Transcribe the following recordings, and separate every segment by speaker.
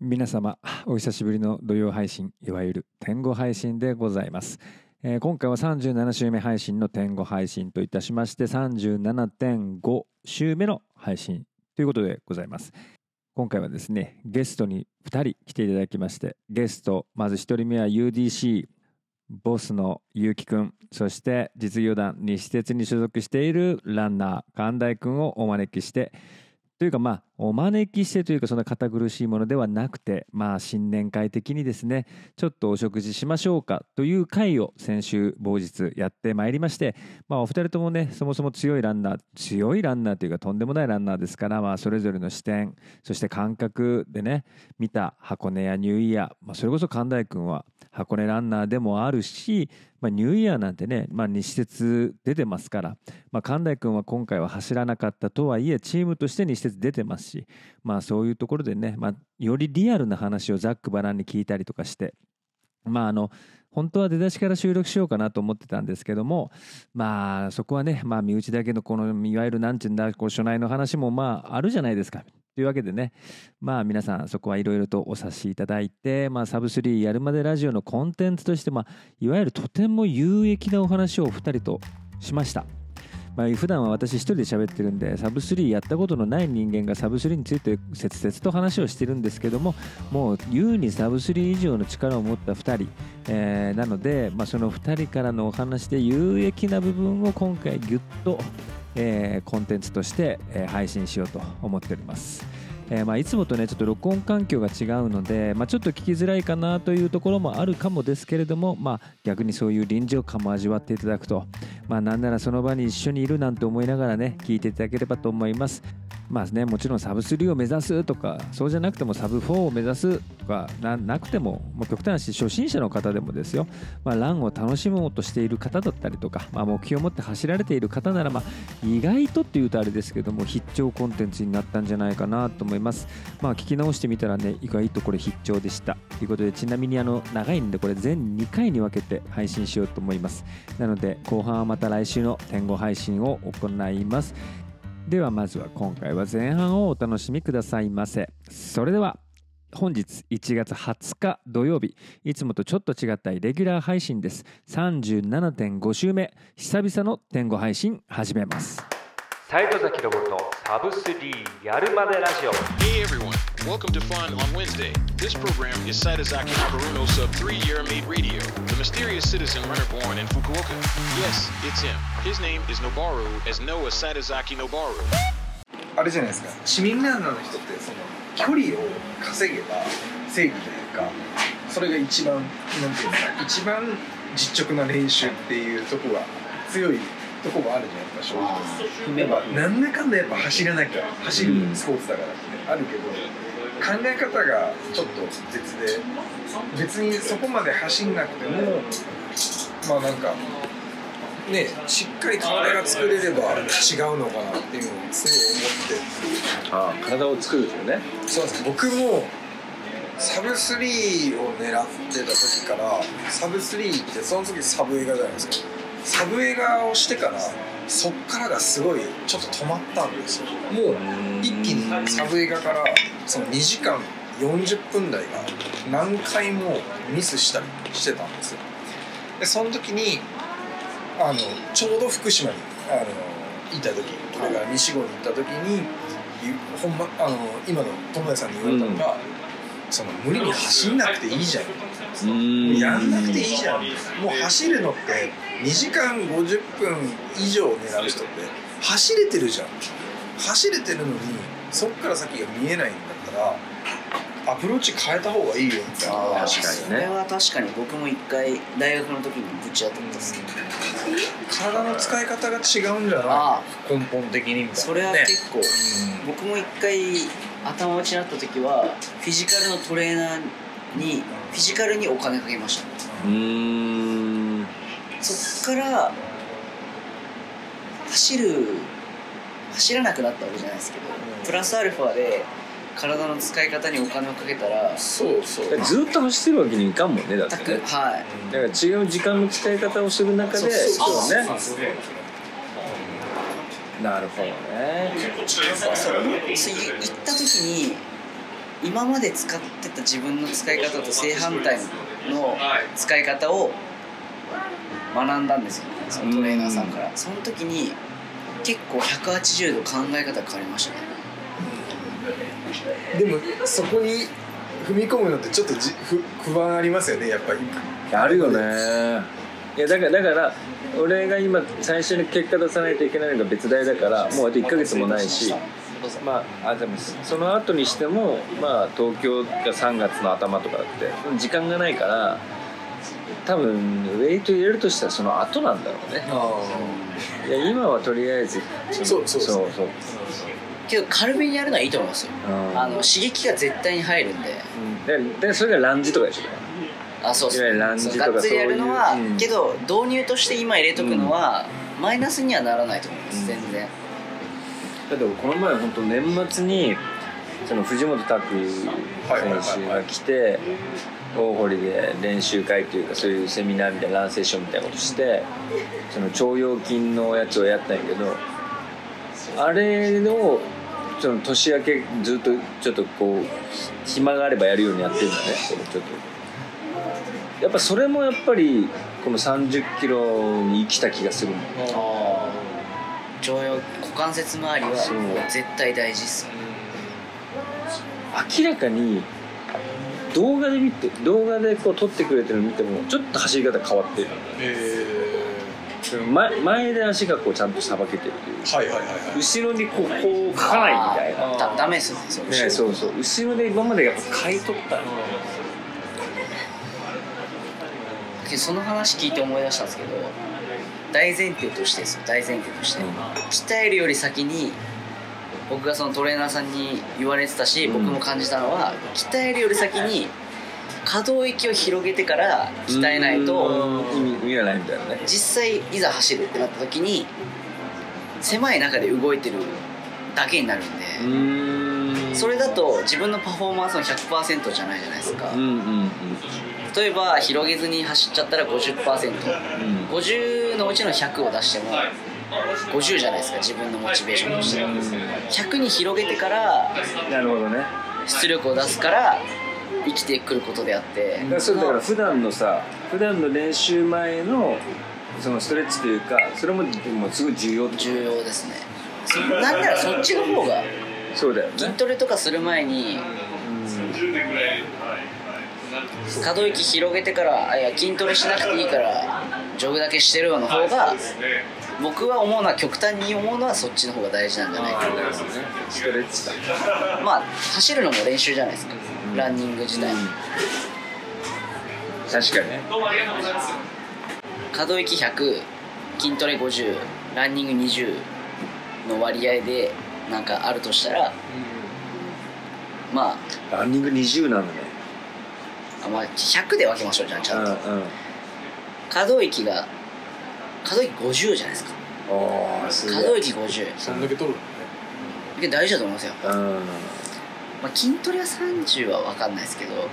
Speaker 1: 皆様お久しぶりの土曜配信いわゆる天狗配信でございます、えー今回は37週目配信の天狗配信といたしまして37.5週目の配信ということでございます今回はですねゲストに2人来ていただきましてゲストまず1人目は UDC ボスのゆうきくんそして実業団西鉄に所属しているランナー神大くんをお招きしてというかまあお招きしてというかそんな堅苦しいものではなくてまあ新年会的にですねちょっとお食事しましょうかという会を先週某日やってまいりましてまあお二人ともねそもそも強いランナー強いランナーというかとんでもないランナーですからまあそれぞれの視点そして感覚でね見た箱根やニューイヤー、まあ、それこそ神大君は箱根ランナーでもあるし、まあ、ニューイヤーなんてね、まあ、西鉄出てますから、まあ、神大君は今回は走らなかったとはいえチームとして西鉄出てますし、まあ、そういうところでね、まあ、よりリアルな話をざっくばらんに聞いたりとかして。まああの本当は出だしから収録しようかなと思ってたんですけどもまあそこはね、まあ、身内だけのこのいわゆるなんちゅうんだこう所内の話もまああるじゃないですかというわけでねまあ皆さんそこはいろいろとお察しいただいて、まあ、サブスリーやるまでラジオのコンテンツとして、まあ、いわゆるとても有益なお話をお二人としました。まあ、普段は私一人で喋ってるんでサブ3やったことのない人間がサブ3について切々と話をしてるんですけどももう優にサブ3以上の力を持った2人、えーなので、まあ、その2人からのお話で有益な部分を今回ギュッと、えーコンテンツとして、えー配信しようと思っております。えーまあ、いつもとねちょっと録音環境が違うので、まあ、ちょっと聞きづらいかなというところもあるかもですけれども、まあ、逆にそういう臨場感も味わっていただくと、まあ、なんならその場に一緒にいるなんて思いながらね聞いていただければと思います。まあね、もちろんサブ3を目指すとかそうじゃなくてもサブ4を目指すとかななくてももう極端な話初心者の方でもですよ、まあ、ランを楽しもうとしている方だったりとか、まあ、目標を持って走られている方なら、まあ、意外とっていうとあれですけども必聴コンテンツになったんじゃないかなと思いますまあ聞き直してみたらね意外とこれ必聴でしたということでちなみにあの長いんでこれ全2回に分けて配信しようと思いますなので後半はまた来週の天狗配信を行いますではまずは今回は前半をお楽しみくださいませそれでは本日1月20日土曜日いつもとちょっと違ったイレギュラー配信です37.5週目久々の天狗配信始めます
Speaker 2: サイド崎ロボットサブスリーやるまでラジオ
Speaker 3: Hey everyone, welcome to Fun on Wednesday. This program is Saitozaki Haruno's of Three Year Made Radio, the mysterious citizen runner born in Fukuoka. Yes, it's him. His name is Nobaru, as Noah Saitozaki Nobaru.
Speaker 4: あれじゃないですか市民ランナーの人ってその距離を稼げば正義というかそれが一番なんていうんですか一番実直な練習っていうとこが強いとこがあるじゃないですか正直やっぱなんだかんだやっぱ走らなきゃ走るスポーツだからってあるけど考え方がちょっと別で別にそこまで走んなくてもまあなんかねしっかり体が作れれば違うのかなっていうのをすごい思って。
Speaker 5: ああ体を作るというね
Speaker 4: そうなんです僕もサブ3を狙ってた時からサブ3ってその時サブ映画じゃないですかサブ映画をしてからそっからがすごいちょっと止まったんですよもう一気にサブ映画からその2時間40分台が何回もミスしたりしてたんですよでその時にあのちょうど福島にあのいた時だから西郷に行った時にゆほん、ま、あの今の友也さんに言われたのが、その無理に走んなくていいじゃん
Speaker 5: うん
Speaker 4: やんなくていいじゃんもう走るのって2時間50分以上狙う人って走れてるじゃん走れてるのにそっから先が見えないんだったらアプローチ変えた方がいいよって
Speaker 5: あー
Speaker 6: それは確かに僕も一回大学の時にぶち当たったっすけど、
Speaker 4: 体の使い方が違うんじゃな
Speaker 6: ああ
Speaker 4: い根本的にみたいな
Speaker 6: それは
Speaker 4: ね
Speaker 6: 結構、僕も一回頭打ちになった時はフィジカルのトレーナーにフィジカルにお金かけました
Speaker 5: うーん
Speaker 6: そっから走る走らなくなったわけじゃないですけどプラスアルファで体の使い方にお金をかけたら
Speaker 4: そうそう
Speaker 5: ずっと走ってるわけにいかんもんねだって
Speaker 6: 全く
Speaker 5: ね
Speaker 6: はい
Speaker 5: だから違う時間の使い方をする中でそうねなるほどね
Speaker 6: そうい行った時に今まで使ってた自分の使い方と正反対の使い方を学んだんですよねそのトレーナーさんからその時に結構180度考え方変わりましたね
Speaker 7: でもそこに踏み込むのってちょっとじ不不安ありますよねやっぱり
Speaker 8: あるよね
Speaker 1: いやだからだから俺が今最初に結果出さないといけないのが別大だからもうあと1ヶ月もないしまああでもその後にしてもまあ東京が3月の頭とかだって時間がないから多分ウェイト入れるとしたらその後なんだろうね
Speaker 7: あ
Speaker 1: いや今はとりあえず
Speaker 7: そうそう
Speaker 1: そ
Speaker 7: そう
Speaker 1: そう
Speaker 6: けど軽めにやるのはいいと思うんですよ
Speaker 1: うん
Speaker 6: あの刺激が絶対に入るんで
Speaker 1: うんででそれがランジとかでしょ
Speaker 6: あそう
Speaker 1: いわゆるランジとか
Speaker 6: がっつりやるのは
Speaker 1: そういううん
Speaker 6: けど導入として今入れとくのは、マイナスにはならないと思います全然、
Speaker 1: だってこの前本当年末にその藤本拓選手が来て大堀で練習会というかそういうセミナーみたいなランセッションみたいなことしてその腸腰筋のやつをやったんやけどあれをその年明けずっとちょっとこう暇があればやるようにやってるんだねこのちょっとやっぱそれもやっぱりこの3 0キロに生きた気がするもん
Speaker 6: 常用股関節周りは
Speaker 1: そう
Speaker 6: 絶対大事っすよ
Speaker 1: 明らかに動画で見て動画でこう撮ってくれてるの見てもちょっと走り方変わってる、前前で足がこうちゃんとさばけてるという
Speaker 7: はいはいはいはい
Speaker 1: 後ろにこうこうかかないみたいな
Speaker 6: だダメですよねそれ
Speaker 1: ねそうそう後ろで今までやっぱ買い取った
Speaker 6: けどその話聞いて思い出したんですけど大前提としてですよ大前提として、鍛えるより先に僕がそのトレーナーさんに言われてたし、
Speaker 1: うん
Speaker 6: 僕も感じたのは鍛えるより先に可動域を広げてから鍛えないと
Speaker 1: うん意味意味がないみたいなね
Speaker 6: 実際いざ走るってなった時に狭い中で動いてるだけになるんで、
Speaker 1: ん
Speaker 6: それだと自分のパフォーマンスの100%じゃないじゃないですか、
Speaker 1: うんうんうん
Speaker 6: 例えば広げずに走っちゃったら 50%50
Speaker 1: ん
Speaker 6: のうちの100を出しても50じゃないですか自分のモチベーションとしては100に広げてから
Speaker 1: なるほどね
Speaker 6: 出力を出すから生きてくることであって
Speaker 1: だからそれだから普段のさ普段の練習前のそのストレッチというかそれもでもすごい重要ってこと
Speaker 6: 重要ですねそなんならそっちの方が
Speaker 1: そうだよ
Speaker 6: 筋
Speaker 1: ね
Speaker 6: トレとかする前に可動域広げてからあいや筋トレしなくていいからジョグだけしてるような方が僕は思うのは極端に思うのはそっちの方が大事なんじゃないかな
Speaker 1: ストレッチだ
Speaker 6: まあ走るのも練習じゃないですかランニング自体
Speaker 1: 確かにね
Speaker 6: 可動域100筋トレ50ランニング20の割合でなんかあるとしたらまあ
Speaker 1: ランニング20なのね
Speaker 6: あまあ100で分けましょうじゃあちゃんと
Speaker 1: ん
Speaker 6: 可動域が可動域50じゃないですか
Speaker 1: おーす
Speaker 6: 可動域50
Speaker 7: そんだけ取る
Speaker 6: けど大事だと思いますよ、
Speaker 1: うん
Speaker 6: まあ、筋トレは30は分かんないですけど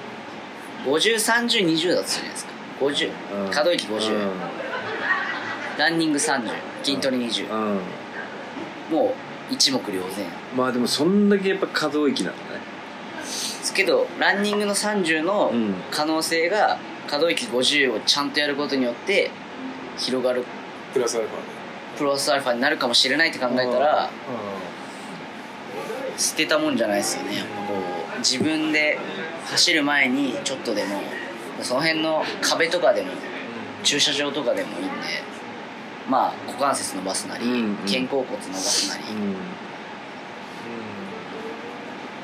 Speaker 6: 503020だとするじゃないですか50可動域50、ランニング30筋トレ20、
Speaker 1: うん、うん、
Speaker 6: もう一目瞭然
Speaker 1: まあでもそんだけやっぱ可動域なのね
Speaker 6: ですけどランニングの30の
Speaker 1: うん
Speaker 6: 可能性が可動域50をちゃんとやることによって広がる
Speaker 7: プラスアルフ
Speaker 6: プロスアルファになるかもしれないって考えたら捨てたもんじゃないですよねやっぱこう自分で走る前にちょっとでもその辺の壁とかでも駐車場とかでもいいんでまあ股関節伸ばすなり、
Speaker 1: うんうん
Speaker 6: 肩甲骨伸ばすなり、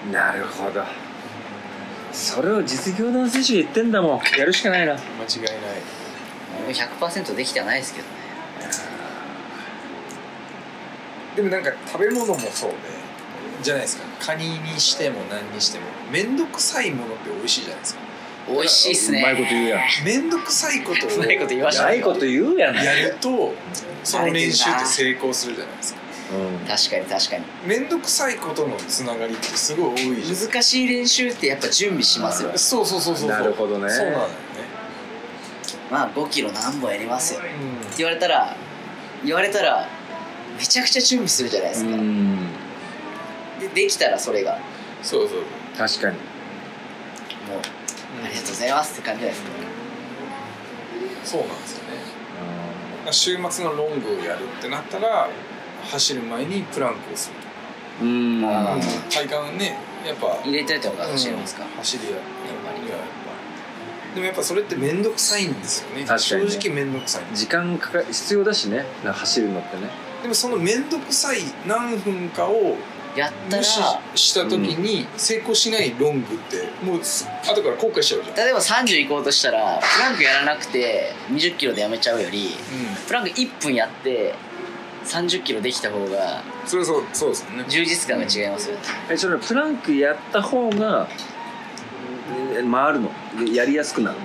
Speaker 1: うんなるほどそれを実業団選手が言ってんだもんやるしかないな
Speaker 7: ァ間違いない
Speaker 6: 100%できてはないですけどね
Speaker 7: でもなんか食べ物もそうでじゃないですかカニにしても何にしても面倒くさいものって美味しいじゃないですか
Speaker 6: 美味しいっすね
Speaker 1: うまいこと言うやん
Speaker 7: 面倒くさいことを
Speaker 6: うまいこと言いました
Speaker 1: な
Speaker 6: ね
Speaker 1: いこと言うやん、うん、
Speaker 7: やるとその練習って成功するじゃないですか
Speaker 6: 確かに確かに
Speaker 7: 面倒くさいことのつながりってすごい多いじゃないですか
Speaker 6: 難しい練習ってやっぱ準備しますよ
Speaker 7: そうそうそうそうそう
Speaker 1: なるほどね
Speaker 7: そうなんだよね
Speaker 6: まあ5キロ何本やりますよって言われたら言われたらめちゃくちゃ準備するじゃないですか、
Speaker 1: うん
Speaker 6: でできたらそれが
Speaker 7: そうそう
Speaker 1: 確かに
Speaker 4: もう
Speaker 6: ありがとうございますって感じですね
Speaker 4: そうなんですよね週末のロングをやるってなったら走る前にプランクをする
Speaker 1: う
Speaker 4: と
Speaker 1: ん
Speaker 6: あー
Speaker 4: 体幹ねやっぱ
Speaker 6: 入れといた方が教えますか、
Speaker 4: うん走りややっ
Speaker 6: ぱり
Speaker 4: やっぱでもやっぱそれって面倒くさいんですよね
Speaker 1: 確かにね
Speaker 4: 正直面倒くさい
Speaker 1: 時間かか必要だしねなんか走るのってね
Speaker 4: でもその面倒くさい何分かを
Speaker 6: やった
Speaker 4: 無視
Speaker 6: ら
Speaker 4: した時に成功しないロングってもうす後から後悔しちゃうじゃん
Speaker 6: 例えば30行こうとしたらプランクやらなくて2 0キロでやめちゃうよりプランク1分やって3 0キロできた方が
Speaker 4: うんそれはそうそうですよね
Speaker 6: 充実感が違いますよね
Speaker 1: えそれプランクやった方がえ回るのやりやすくなる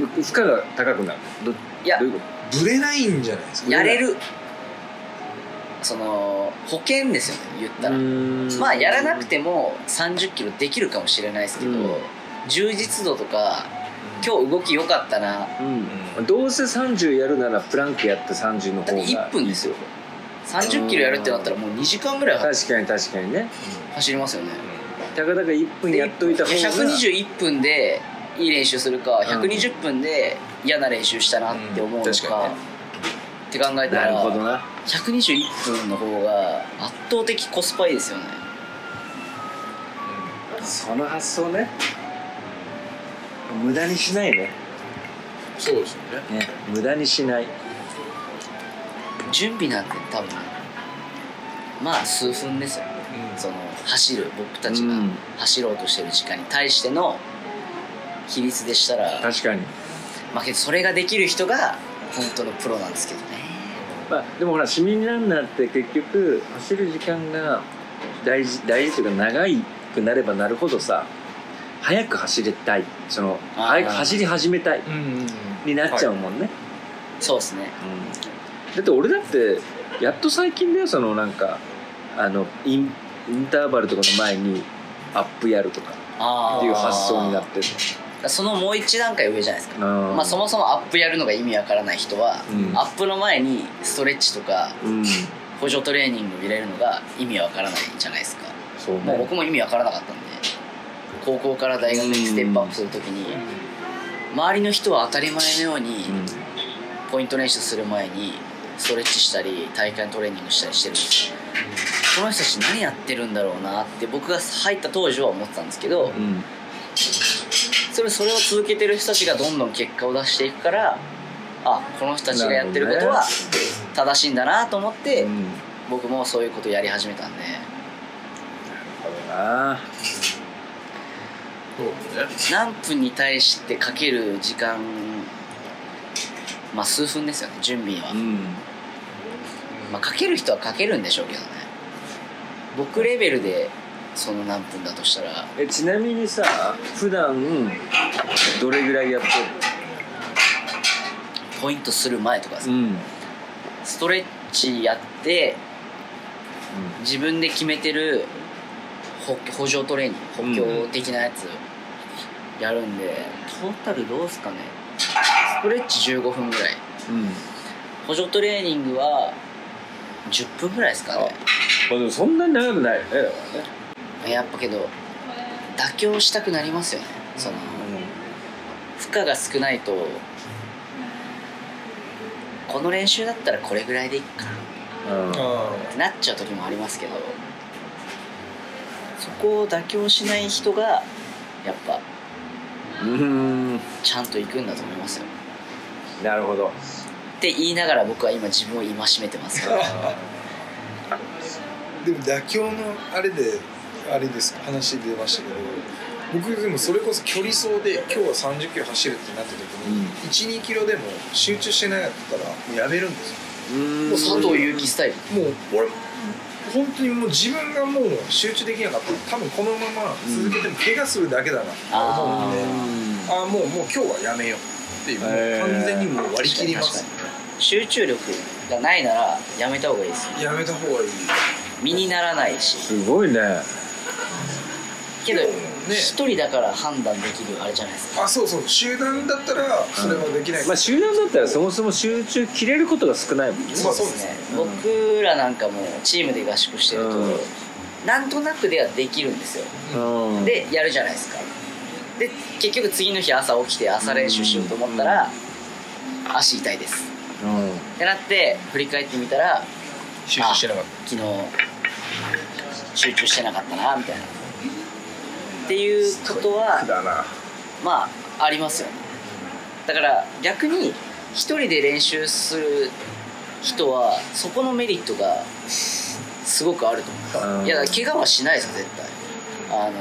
Speaker 1: のう負荷が高くなるど
Speaker 6: いや
Speaker 1: どういうこと
Speaker 4: ブレないんじゃないですか
Speaker 6: やれるその保険ですよね言ったらまあやらなくても3 0キロできるかもしれないですけど、
Speaker 1: うん
Speaker 6: 充実度とか今日動き良かったな
Speaker 1: うん、どうせ30やるならプランクやって30の
Speaker 6: だ
Speaker 1: 方
Speaker 6: って
Speaker 1: が
Speaker 6: 1分ですよ3 0キロやるってなったらもう2時間ぐらい
Speaker 1: 確かに確かにね
Speaker 6: 走りますよね
Speaker 1: たかだか1分やっといた方が
Speaker 6: 121分でいい練習するか120分で嫌な練習したなって思うのか,、
Speaker 1: うん確かに
Speaker 6: って考えた
Speaker 1: なるほど
Speaker 6: ら
Speaker 1: な
Speaker 6: 121分の方が圧倒的コスパいいですよね
Speaker 1: その発想ね無駄にしないね
Speaker 4: そうですよね
Speaker 1: ね無駄にしない
Speaker 6: 準備なんて多分まあ数分ですよその走る僕たちが
Speaker 1: うん
Speaker 6: 走ろうとしてる時間に対しての比率でしたら、
Speaker 1: 確かに
Speaker 6: まあ、けどそれができる人が本当のプロなんですけどね
Speaker 1: まあ、でもほら市民ランナーって結局走る時間が大事大事というか長くなればなるほどさ早く走りたいその
Speaker 6: あー
Speaker 1: 早く走り始めたい
Speaker 4: うんうんうん
Speaker 1: になっちゃうもんね、
Speaker 6: そうですね
Speaker 1: だって俺だってやっと最近だよそのなんかあのインインターバルとかの前にアップやるとか
Speaker 6: ああ
Speaker 1: っていう発想になってる
Speaker 6: そのもう一段階上じゃないですか
Speaker 1: ま
Speaker 6: まあ、そもそもアップやるのが意味わからない人は、
Speaker 1: うん
Speaker 6: アップの前にストレッチとか
Speaker 1: うん
Speaker 6: 補助トレーニングを入れるのが意味わからないじゃないですか、
Speaker 1: そうね
Speaker 6: もう僕も意味わからなかったんで高校から大学にステップアップするときに、周りの人は当たり前のように、
Speaker 1: うん
Speaker 6: ポイント練習する前にストレッチしたり体幹トレーニングしたりしてるんですよこの人たち何やってるんだろうなって僕が入った当時は思ってたんですけど、
Speaker 1: うん
Speaker 6: それそれを続けてる人たちがどんどん結果を出していくからあこの人たちがやってることは正しいんだなと思って、
Speaker 1: うん
Speaker 6: 僕もそういうことやり始めたんで
Speaker 1: あ
Speaker 4: そうね
Speaker 6: 何分に対してかける時間まあ数分ですよね準備は、
Speaker 1: あうん
Speaker 6: まあ、かける人はかけるんでしょうけどね僕レベルでその何分だとしたら
Speaker 1: えちなみにさ普段どれぐらいやって
Speaker 6: ポイントする前とかです
Speaker 1: る
Speaker 6: ね
Speaker 1: ん、うん、
Speaker 6: ストレッチやって自分で決めてる補補助トレーニング補強的なやつやるんで、トータルどうすかねストレッチ15分ぐらい
Speaker 1: うん
Speaker 6: 補助トレーニングは10分ぐらいですかね
Speaker 1: まあでもそんなに長くないよねだか
Speaker 6: やっぱけど妥協したくなりますよねその
Speaker 1: らね
Speaker 6: 負荷が少ないとこの練習だったらこれぐらいでいっかな
Speaker 1: うんうん
Speaker 4: あ
Speaker 6: ってなっちゃう時もありますけどそこを妥協しない人がやっぱ
Speaker 1: うん
Speaker 6: ちゃんと行くんだと思いますよ
Speaker 1: なるほど
Speaker 6: って言いながら僕は今自分を戒めてますから
Speaker 4: ーでも妥協のあれであれです話出ましたけど僕でもそれこそ距離走で今日は3 0キロ走るってなった時に、12キロでも集中してなかったらもうやめるんですよ
Speaker 1: うん
Speaker 6: もう佐藤祐樹スタイル
Speaker 4: もう俺本当にもう自分がもう集中できなかったら多分このまま続けても怪我するだけだなと思うんで、
Speaker 1: うん
Speaker 4: ああもうもう今日はやめようっていうもう完全にもう割り切ります、
Speaker 6: 集中力がないならやめた方がいいですよ
Speaker 4: やめた方がいい
Speaker 6: 身にならないし
Speaker 1: すごいね
Speaker 6: けど
Speaker 4: ね
Speaker 6: 一人だから判断できるあれじゃないですか
Speaker 4: あそうそう集団だったらそれはできない、
Speaker 1: まあ集団だったらそもそも集中切れることが少ないもんね
Speaker 4: まあそうですね
Speaker 1: うん
Speaker 6: 僕らなんかもチームで合宿してると、
Speaker 1: うん
Speaker 6: なんとなくではできるんですよ
Speaker 1: うん
Speaker 6: でやるじゃないですかで結局次の日朝起きて朝練習しようと思ったら足痛いですってなって振り返ってみたら
Speaker 4: 集中してなかっ
Speaker 6: 昨日集中してなかったなみたいなっていうこと
Speaker 4: た
Speaker 6: は
Speaker 4: だな
Speaker 6: まあありますよねだから逆に一人で練習する人はそこのメリットがすごくあると思ういやだから怪我はしないですよ絶対あの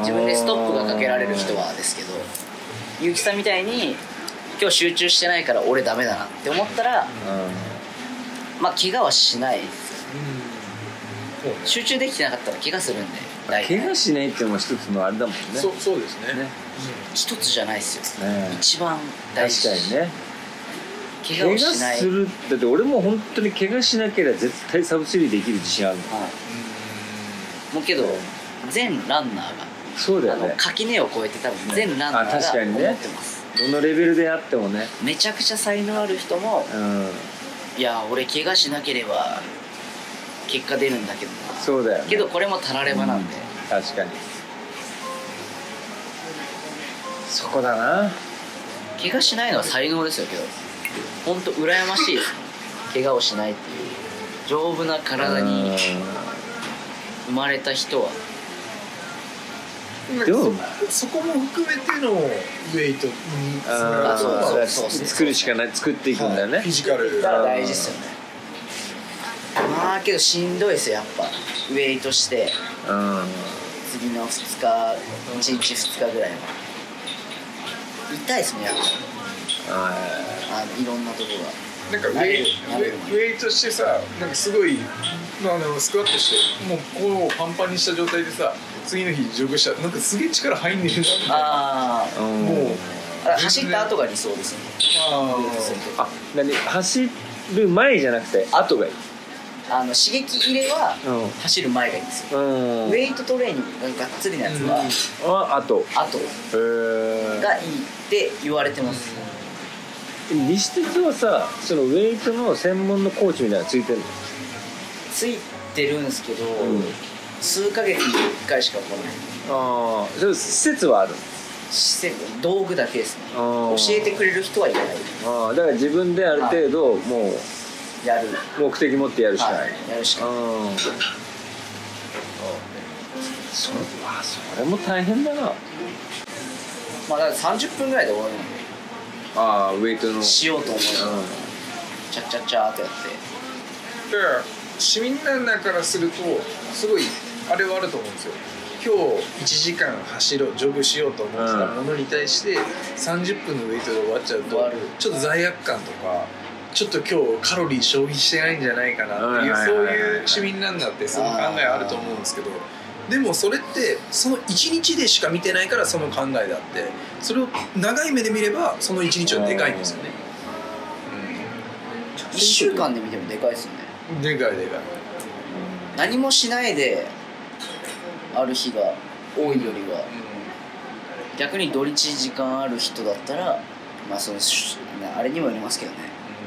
Speaker 6: 自分でストップがかけられる人はですけど結城さんみたいに今日集中してないから俺ダメだなって思ったらまあ怪我はしないですよね集中できてなかったら怪我するんで大体
Speaker 1: 怪我しないっていうのも一つのあれだもんね
Speaker 4: そうそうですね
Speaker 1: ね
Speaker 6: 一つじゃないですよ、
Speaker 1: ね
Speaker 6: 一番大
Speaker 1: 確
Speaker 6: 事
Speaker 1: かにね
Speaker 6: 怪
Speaker 1: 怪
Speaker 6: 我
Speaker 1: 我
Speaker 6: をしない
Speaker 1: するだって俺も本当に怪我しなければ絶対サブスリーできる自信あるの
Speaker 6: はいもうけど全ランナーが
Speaker 1: そうだ
Speaker 6: あ
Speaker 1: よ
Speaker 6: の
Speaker 1: ね
Speaker 6: 垣根を越えて多分全ランナー
Speaker 1: あ確か
Speaker 6: が
Speaker 1: に
Speaker 6: 思
Speaker 1: ね
Speaker 6: ってます、
Speaker 1: どのレベルであってもね
Speaker 6: めちゃくちゃ才能ある人も
Speaker 1: うん
Speaker 6: いや俺怪我しなければ結果出るんだけどな
Speaker 1: そうだよね
Speaker 6: けどこれもたらればなんで、
Speaker 1: 確かにそこだな
Speaker 6: 怪我しないのは才能ですよけど本当羨ましいです 怪我をしないっていう丈夫な体に生まれた人は
Speaker 1: でも
Speaker 4: そこも含めてのウェイトにつなが
Speaker 1: あー
Speaker 4: るそう
Speaker 6: だ
Speaker 4: だ
Speaker 6: ね
Speaker 1: そう作るしかない作っていくんだよね
Speaker 4: フィジカル
Speaker 6: だから大事ですよねまあけどしんどいですよやっぱウェイトして
Speaker 1: うん
Speaker 6: 次の2日1日2日ぐらいは痛いですねやっ
Speaker 1: あ
Speaker 6: ぱあのいろんなとこが
Speaker 4: なんかウェイウェイウェイトしてさなんかすごいあのスクワットしてもうこうをパンパンにした状態でさ次の日ジョグしたらなんかすげえ力入んねるなみたいな
Speaker 6: あ
Speaker 1: ーうん
Speaker 4: もう
Speaker 6: あ走った後が理想ですね
Speaker 4: あ
Speaker 1: あ何走る前じゃなくて後がいい
Speaker 6: あの刺激入れは
Speaker 1: うん
Speaker 6: 走る前がいいんですよ
Speaker 1: うん
Speaker 6: ウェイトトレーニングががっつりなやつは
Speaker 1: あ後
Speaker 6: 後
Speaker 1: へえ
Speaker 6: がいいって言われてます
Speaker 1: 西鉄はさそのウェイトの専門のコーチみたいなのついてるの
Speaker 6: ついてるんですけど、
Speaker 1: ん
Speaker 6: 数ヶ月に1回しか来ない
Speaker 1: ああそれ施設はある
Speaker 6: 施設道具だけですね
Speaker 1: あー
Speaker 6: 教えてくれる人はいない
Speaker 1: ああだから自分である程度もう
Speaker 6: やる
Speaker 1: 目的持ってやるしか
Speaker 6: は
Speaker 1: ない、
Speaker 6: いやるしかない
Speaker 1: うんそあそれも大変だな
Speaker 6: まあだから30分ぐらいで終わるので
Speaker 1: ああウェイトの
Speaker 6: しようと思えば
Speaker 1: う
Speaker 6: チャッチャッチャーってやって
Speaker 4: だから市民ランナーからするとすごいあれはあると思うんですよ今日1時間走ろうジョグしようと思ってたものに対して30分のウェイトで終わっちゃう
Speaker 6: 終
Speaker 4: と
Speaker 6: わる
Speaker 4: ちょっと罪悪感とかちょっと今日カロリー消費してないんじゃないかなっていううん
Speaker 1: はい
Speaker 4: そ
Speaker 1: は
Speaker 4: う
Speaker 1: いはいはい
Speaker 4: いう市民ランナーってそういう考えあると思うんですけどでもそれってその1日でしか見てないからその考えであってそれを長い目で見ればその1日はでかいんですよね。
Speaker 6: 1週間で見てもでかいですよね
Speaker 4: でかいでかい。
Speaker 6: 何もしないである日が多いよりは逆に土日時間ある人だったらまあそのしあれにもよりますけどね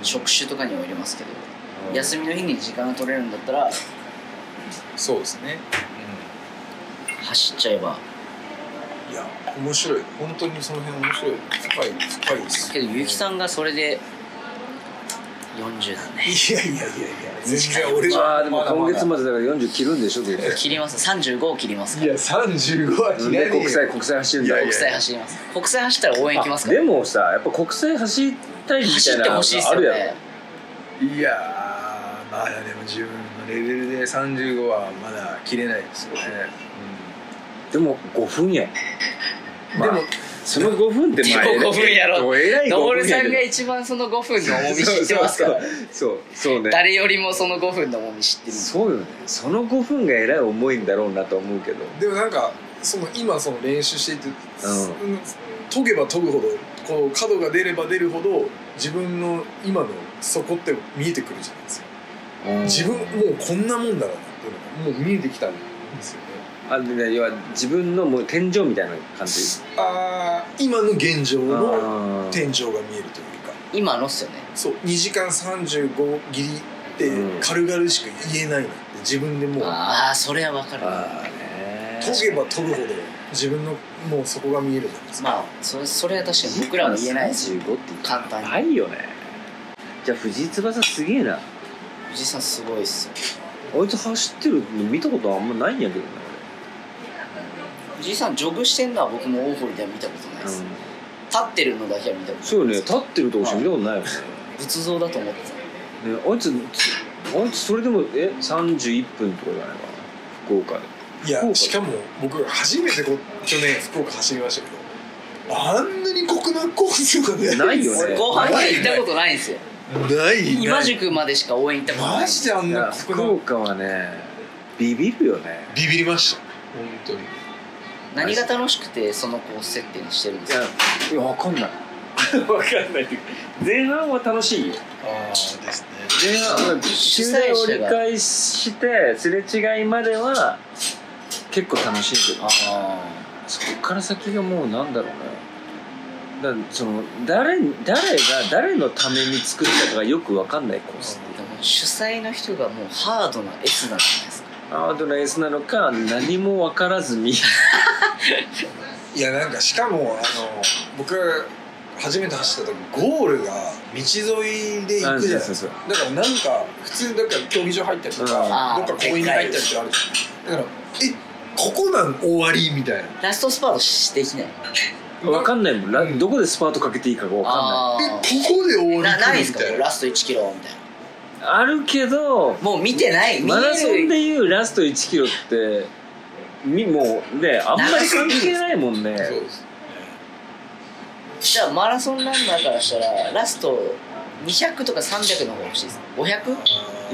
Speaker 6: 職種とかにもよりますけど休みの日に時間が取れるんだったら
Speaker 4: そうですね。
Speaker 6: 走っちゃえば
Speaker 4: いや面白い本当にその辺面白い深い深いです
Speaker 6: けど結城さんがそれで40なんで
Speaker 4: いやいやいやいや全然俺
Speaker 1: んああでも
Speaker 4: まだま
Speaker 1: 今
Speaker 4: だ
Speaker 1: 月までだから40切るんでしょどうせ
Speaker 6: 切ります35を切りますか
Speaker 4: い
Speaker 6: ら
Speaker 4: や35は
Speaker 1: なん
Speaker 4: 嫌
Speaker 1: で
Speaker 4: い
Speaker 1: 国際国際走るんだ
Speaker 4: いやいや
Speaker 6: 国際走ります国際走ったら応援行きますか
Speaker 1: で
Speaker 6: ら
Speaker 1: もさやっぱ国際走りたいみ
Speaker 6: 走
Speaker 1: たい
Speaker 6: っ
Speaker 1: な
Speaker 6: て
Speaker 1: の
Speaker 6: ほしいです
Speaker 1: あ
Speaker 6: よ
Speaker 1: るや
Speaker 6: ね
Speaker 4: いやーまだでも自分のレベルで35はまだ切れないですよね、
Speaker 1: ろでも5分や
Speaker 4: でも
Speaker 1: その5分ってまあ
Speaker 6: でも5分やろ
Speaker 1: どえらい5
Speaker 6: 登
Speaker 1: 分や
Speaker 6: さ
Speaker 1: け
Speaker 6: ん
Speaker 1: ど
Speaker 6: が一番その5分の重み知ってますからね
Speaker 1: そうそうね
Speaker 6: 誰よりもその5分の重み知ってる
Speaker 1: そうよねその5分がえらい重いんだろうなと思うけど
Speaker 4: でもなんかその今その練習していて、
Speaker 1: ん
Speaker 4: 研げば研ぐほどこう角が出れば出るほど自分の今の底って見えてくるじゃないですか自分もうこんなもんだろうなっていうのがもう見えてきたんですよね
Speaker 1: あで要は自分のもう天井みたいな感じ
Speaker 4: あー今の現状の
Speaker 1: あー
Speaker 4: 天井が見えるというか
Speaker 6: 今のっすよね
Speaker 4: そう2時間35ギリって
Speaker 1: うん
Speaker 4: 軽々しく言えないなって自分でもう
Speaker 6: ああそれは分かる
Speaker 1: あーね
Speaker 4: 研げば研ぐほど自分のもうそこが見えるじゃないですか、
Speaker 6: まあそれそれは確かに僕らは言えないです
Speaker 1: 35って
Speaker 6: 簡単に
Speaker 1: ないよねじゃあ藤井翼すげえな
Speaker 6: 藤井さんすごいっすよ
Speaker 1: あいつ走ってるの見たことあんまないんやけどね
Speaker 6: 藤井さんジョグしてんのは僕も大堀では見たことな
Speaker 1: 俺
Speaker 6: いです、立ってるのだけは見たことない
Speaker 1: そうよね立ってるとこしか見たことないよね
Speaker 6: 仏像だと思ってた
Speaker 1: ねあいつあいつそれでもえ31分とかじゃないかな福岡で
Speaker 4: い
Speaker 1: 福
Speaker 4: や
Speaker 1: 岡
Speaker 4: しかも僕初めてこ去年福岡走りましたけどあんなに国難コースがね
Speaker 1: ないよ
Speaker 6: 俺
Speaker 1: ね
Speaker 6: 後半戦行ったことないんですよ
Speaker 4: ない
Speaker 6: 今宿までしか応援行ったことない
Speaker 4: マジであん
Speaker 1: いや
Speaker 4: な
Speaker 1: 福
Speaker 4: 国難
Speaker 1: 岡はねビビるよね
Speaker 4: ビビりました本当に
Speaker 6: 何が楽しくてそのコース設定にしてるんで
Speaker 1: い
Speaker 6: すか
Speaker 1: やい やわかんないわかんないっていうか前半は楽しいよ
Speaker 4: ああですね
Speaker 1: 前半
Speaker 6: 主
Speaker 1: 終
Speaker 6: 催
Speaker 1: 電折
Speaker 6: 者
Speaker 1: り
Speaker 6: が
Speaker 1: 返してすれ違いまでは結構楽しいけど
Speaker 6: あ
Speaker 1: そこから先がもうなんだろうねだからその誰誰が誰のために作ったかがよくわかんないコース
Speaker 6: ーでも主催の人がもうハードな S なんじゃないですか
Speaker 1: アードなエースなのか何もわからずに
Speaker 4: いやなんかしかもあの僕初めて走った時ゴールが道沿いで行くじゃないで すかだからなんか普通だから競技場入ったりとか、
Speaker 6: うん
Speaker 4: どっか公園に入ったりとかあるじゃないだからえここなん終わりみたいな
Speaker 6: ラストスパートしできない
Speaker 1: わかんないもんラどこでスパートかけていいかがわか
Speaker 4: えここで終
Speaker 6: ー
Speaker 4: わ
Speaker 6: な
Speaker 4: り
Speaker 6: ない
Speaker 4: 来
Speaker 6: んです
Speaker 4: るみた
Speaker 6: かも
Speaker 4: いうな
Speaker 6: ラスト1キロみたいなん
Speaker 1: ないあるけど
Speaker 6: もう見てない見え
Speaker 1: マラソン
Speaker 6: る
Speaker 1: でいうラスト1キロってみもうねあんまり関係ないもんね
Speaker 4: そうです
Speaker 6: じゃあマラソンランナーからしたらラスト200とか300の方が欲しいです 500?400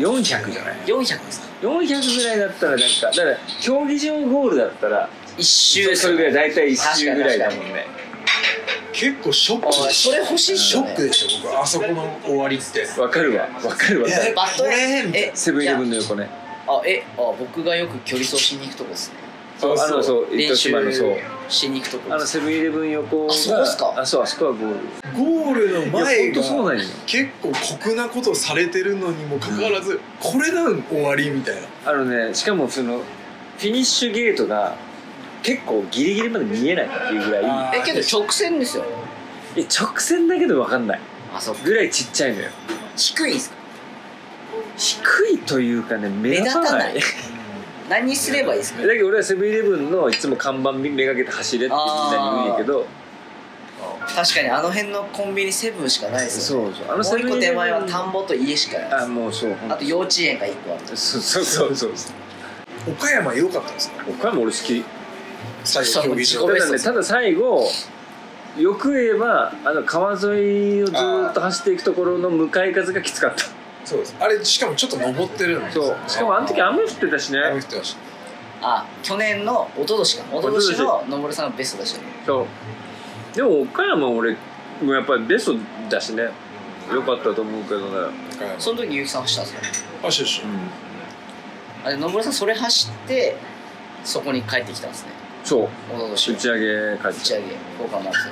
Speaker 1: 400じゃない
Speaker 6: ですか
Speaker 1: 400ぐらいだったらなんかだから競技場ゴールだったら
Speaker 6: 一周
Speaker 1: それぐらい大体1周ぐらいだもんね
Speaker 4: 結構ショッ
Speaker 6: お
Speaker 4: ク
Speaker 6: い
Speaker 4: でした
Speaker 6: それ欲しいっす
Speaker 4: シ
Speaker 6: よ
Speaker 4: ョ
Speaker 6: ね
Speaker 4: ックでした僕あそこの終わりって
Speaker 1: わかるわわかるわか
Speaker 4: い
Speaker 1: る
Speaker 4: や
Speaker 6: バット
Speaker 4: これ
Speaker 6: え
Speaker 1: セブンイレブンの
Speaker 6: じゃ
Speaker 1: 横ね
Speaker 6: ああえあ僕がよく距離走しに行くとこですね
Speaker 1: そうあのそう糸
Speaker 6: 練習
Speaker 1: 島のそう
Speaker 6: しに行くとこ
Speaker 1: あ
Speaker 6: で
Speaker 1: のセ
Speaker 6: す
Speaker 1: ブンイレブン横が
Speaker 6: あそうっすか
Speaker 1: あそうあそこはゴール
Speaker 4: ゴールの
Speaker 1: いや
Speaker 4: 前
Speaker 1: 本当そう
Speaker 4: が
Speaker 1: なんよ
Speaker 4: 結構酷なことされてるのにもかかわらず、これなん終わりみたいな
Speaker 1: あのねしかもそのフィニッシュゲートが結構ギリギリまで見えないっていうぐらい
Speaker 4: あ
Speaker 1: い
Speaker 4: の
Speaker 6: えけど直線ですよ
Speaker 1: や直線だけどわかんない
Speaker 6: あそっ
Speaker 1: ぐらいちっちゃいのよ
Speaker 6: 低いんすか
Speaker 1: 低いというかね目立たない
Speaker 6: 目何すればいいですか
Speaker 1: だけど俺はセブンイレブンのいつも看板めがけて走れってみんなに言うんやけど
Speaker 6: 確かにあの辺のコンビニセブンしかないですよ
Speaker 1: そうそうあ
Speaker 6: もう
Speaker 1: のセ
Speaker 6: 一
Speaker 1: ブン
Speaker 6: 個
Speaker 1: イレ
Speaker 6: 手
Speaker 1: ブ
Speaker 6: 前は
Speaker 1: ン
Speaker 6: 田んぼと家しかないで
Speaker 1: あもうそうほん
Speaker 6: すあと幼稚園が一個ある
Speaker 1: そうそうそうそう
Speaker 4: 岡山良かったですか
Speaker 1: 岡山俺好き
Speaker 4: 最
Speaker 6: そう
Speaker 4: 後競技場
Speaker 6: 自己ベ
Speaker 1: ただ
Speaker 6: スト
Speaker 1: ねただ最後よく言えばあの川沿いをずーっと走っていくところの向かい風がきつかった
Speaker 4: そうですあれしかもちょっと登ってるんです
Speaker 1: そうしかもあの時雨降ってたしね
Speaker 4: 雨降ってました
Speaker 6: あ去年の一昨年か一昨年ののぼるさんのベストでしたね
Speaker 1: そうでも岡山俺もやっぱりベストだしね良かったと思うけどね
Speaker 4: 岡山
Speaker 6: その時結城さん走ったんですよ
Speaker 4: あそうそう
Speaker 6: あれのぼるさんそれ走ってそこに帰ってきたんですね
Speaker 1: そう
Speaker 6: 一昨年
Speaker 1: 打
Speaker 6: の
Speaker 1: ち上げ会
Speaker 6: 打ち上げ福岡マラソ
Speaker 1: い
Speaker 6: ン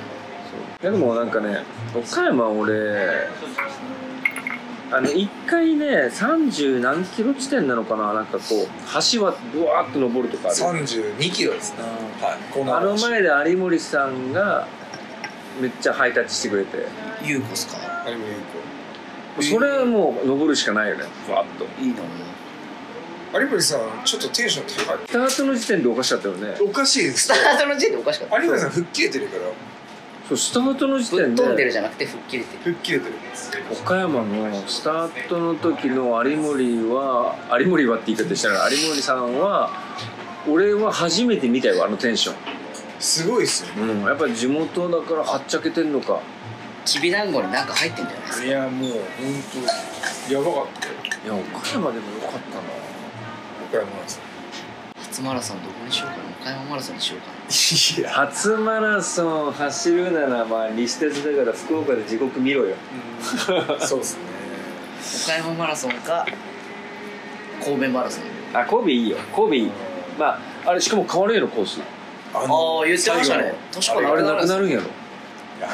Speaker 1: やでもなんかね岡山俺あの一回ね30何キロ地点なのかななんかこう橋はぶわーっと登るとかある
Speaker 4: 32キロですねはいこ
Speaker 1: あの前で有森さんがめっちゃハイタッチしてくれて
Speaker 6: 優子っすか
Speaker 4: あれも有
Speaker 1: それはもう登るしかないよねぶわーっと
Speaker 6: いいの
Speaker 4: 効有森さんちょっとテンション高
Speaker 1: ス
Speaker 4: い
Speaker 1: タートの時点でおかしかったよね
Speaker 4: おかしいです
Speaker 6: スタートの時点でおかしかった
Speaker 4: 有森さん吹っ切れてるから
Speaker 1: そうスタートの時
Speaker 6: ぶっ
Speaker 1: 点
Speaker 6: 飛んで
Speaker 1: で
Speaker 6: るじゃなくて吹っ切れてる
Speaker 4: 吹っ切れてる
Speaker 1: 岡山のスタートの時の有森は有森はって言い方したら有森さんは俺は初めて見たよあのテンション
Speaker 4: すごいっすよ
Speaker 1: うん、やっぱ地元だからはっちゃけてんのか
Speaker 6: きびだんごになんか入ってんじゃないですか
Speaker 4: いやもう本当やばかったよ
Speaker 1: いや岡山でもよかったな
Speaker 4: 岡山マラソ
Speaker 6: 初マラソンどこにしようかな岡山マラソンにしようかな
Speaker 4: ンいや
Speaker 1: 初マラソン走るならまあ西鉄だから福岡で地獄見ろよ
Speaker 4: そうですね
Speaker 6: 岡山マラソンか神戸マラソン
Speaker 1: あ神戸いいよ神戸いいまああれしかも変わるやろコース
Speaker 4: あ
Speaker 6: ああ言ってましたね確
Speaker 1: あ
Speaker 6: か
Speaker 1: れ
Speaker 6: に
Speaker 1: あれなくな
Speaker 6: る
Speaker 1: るんやろ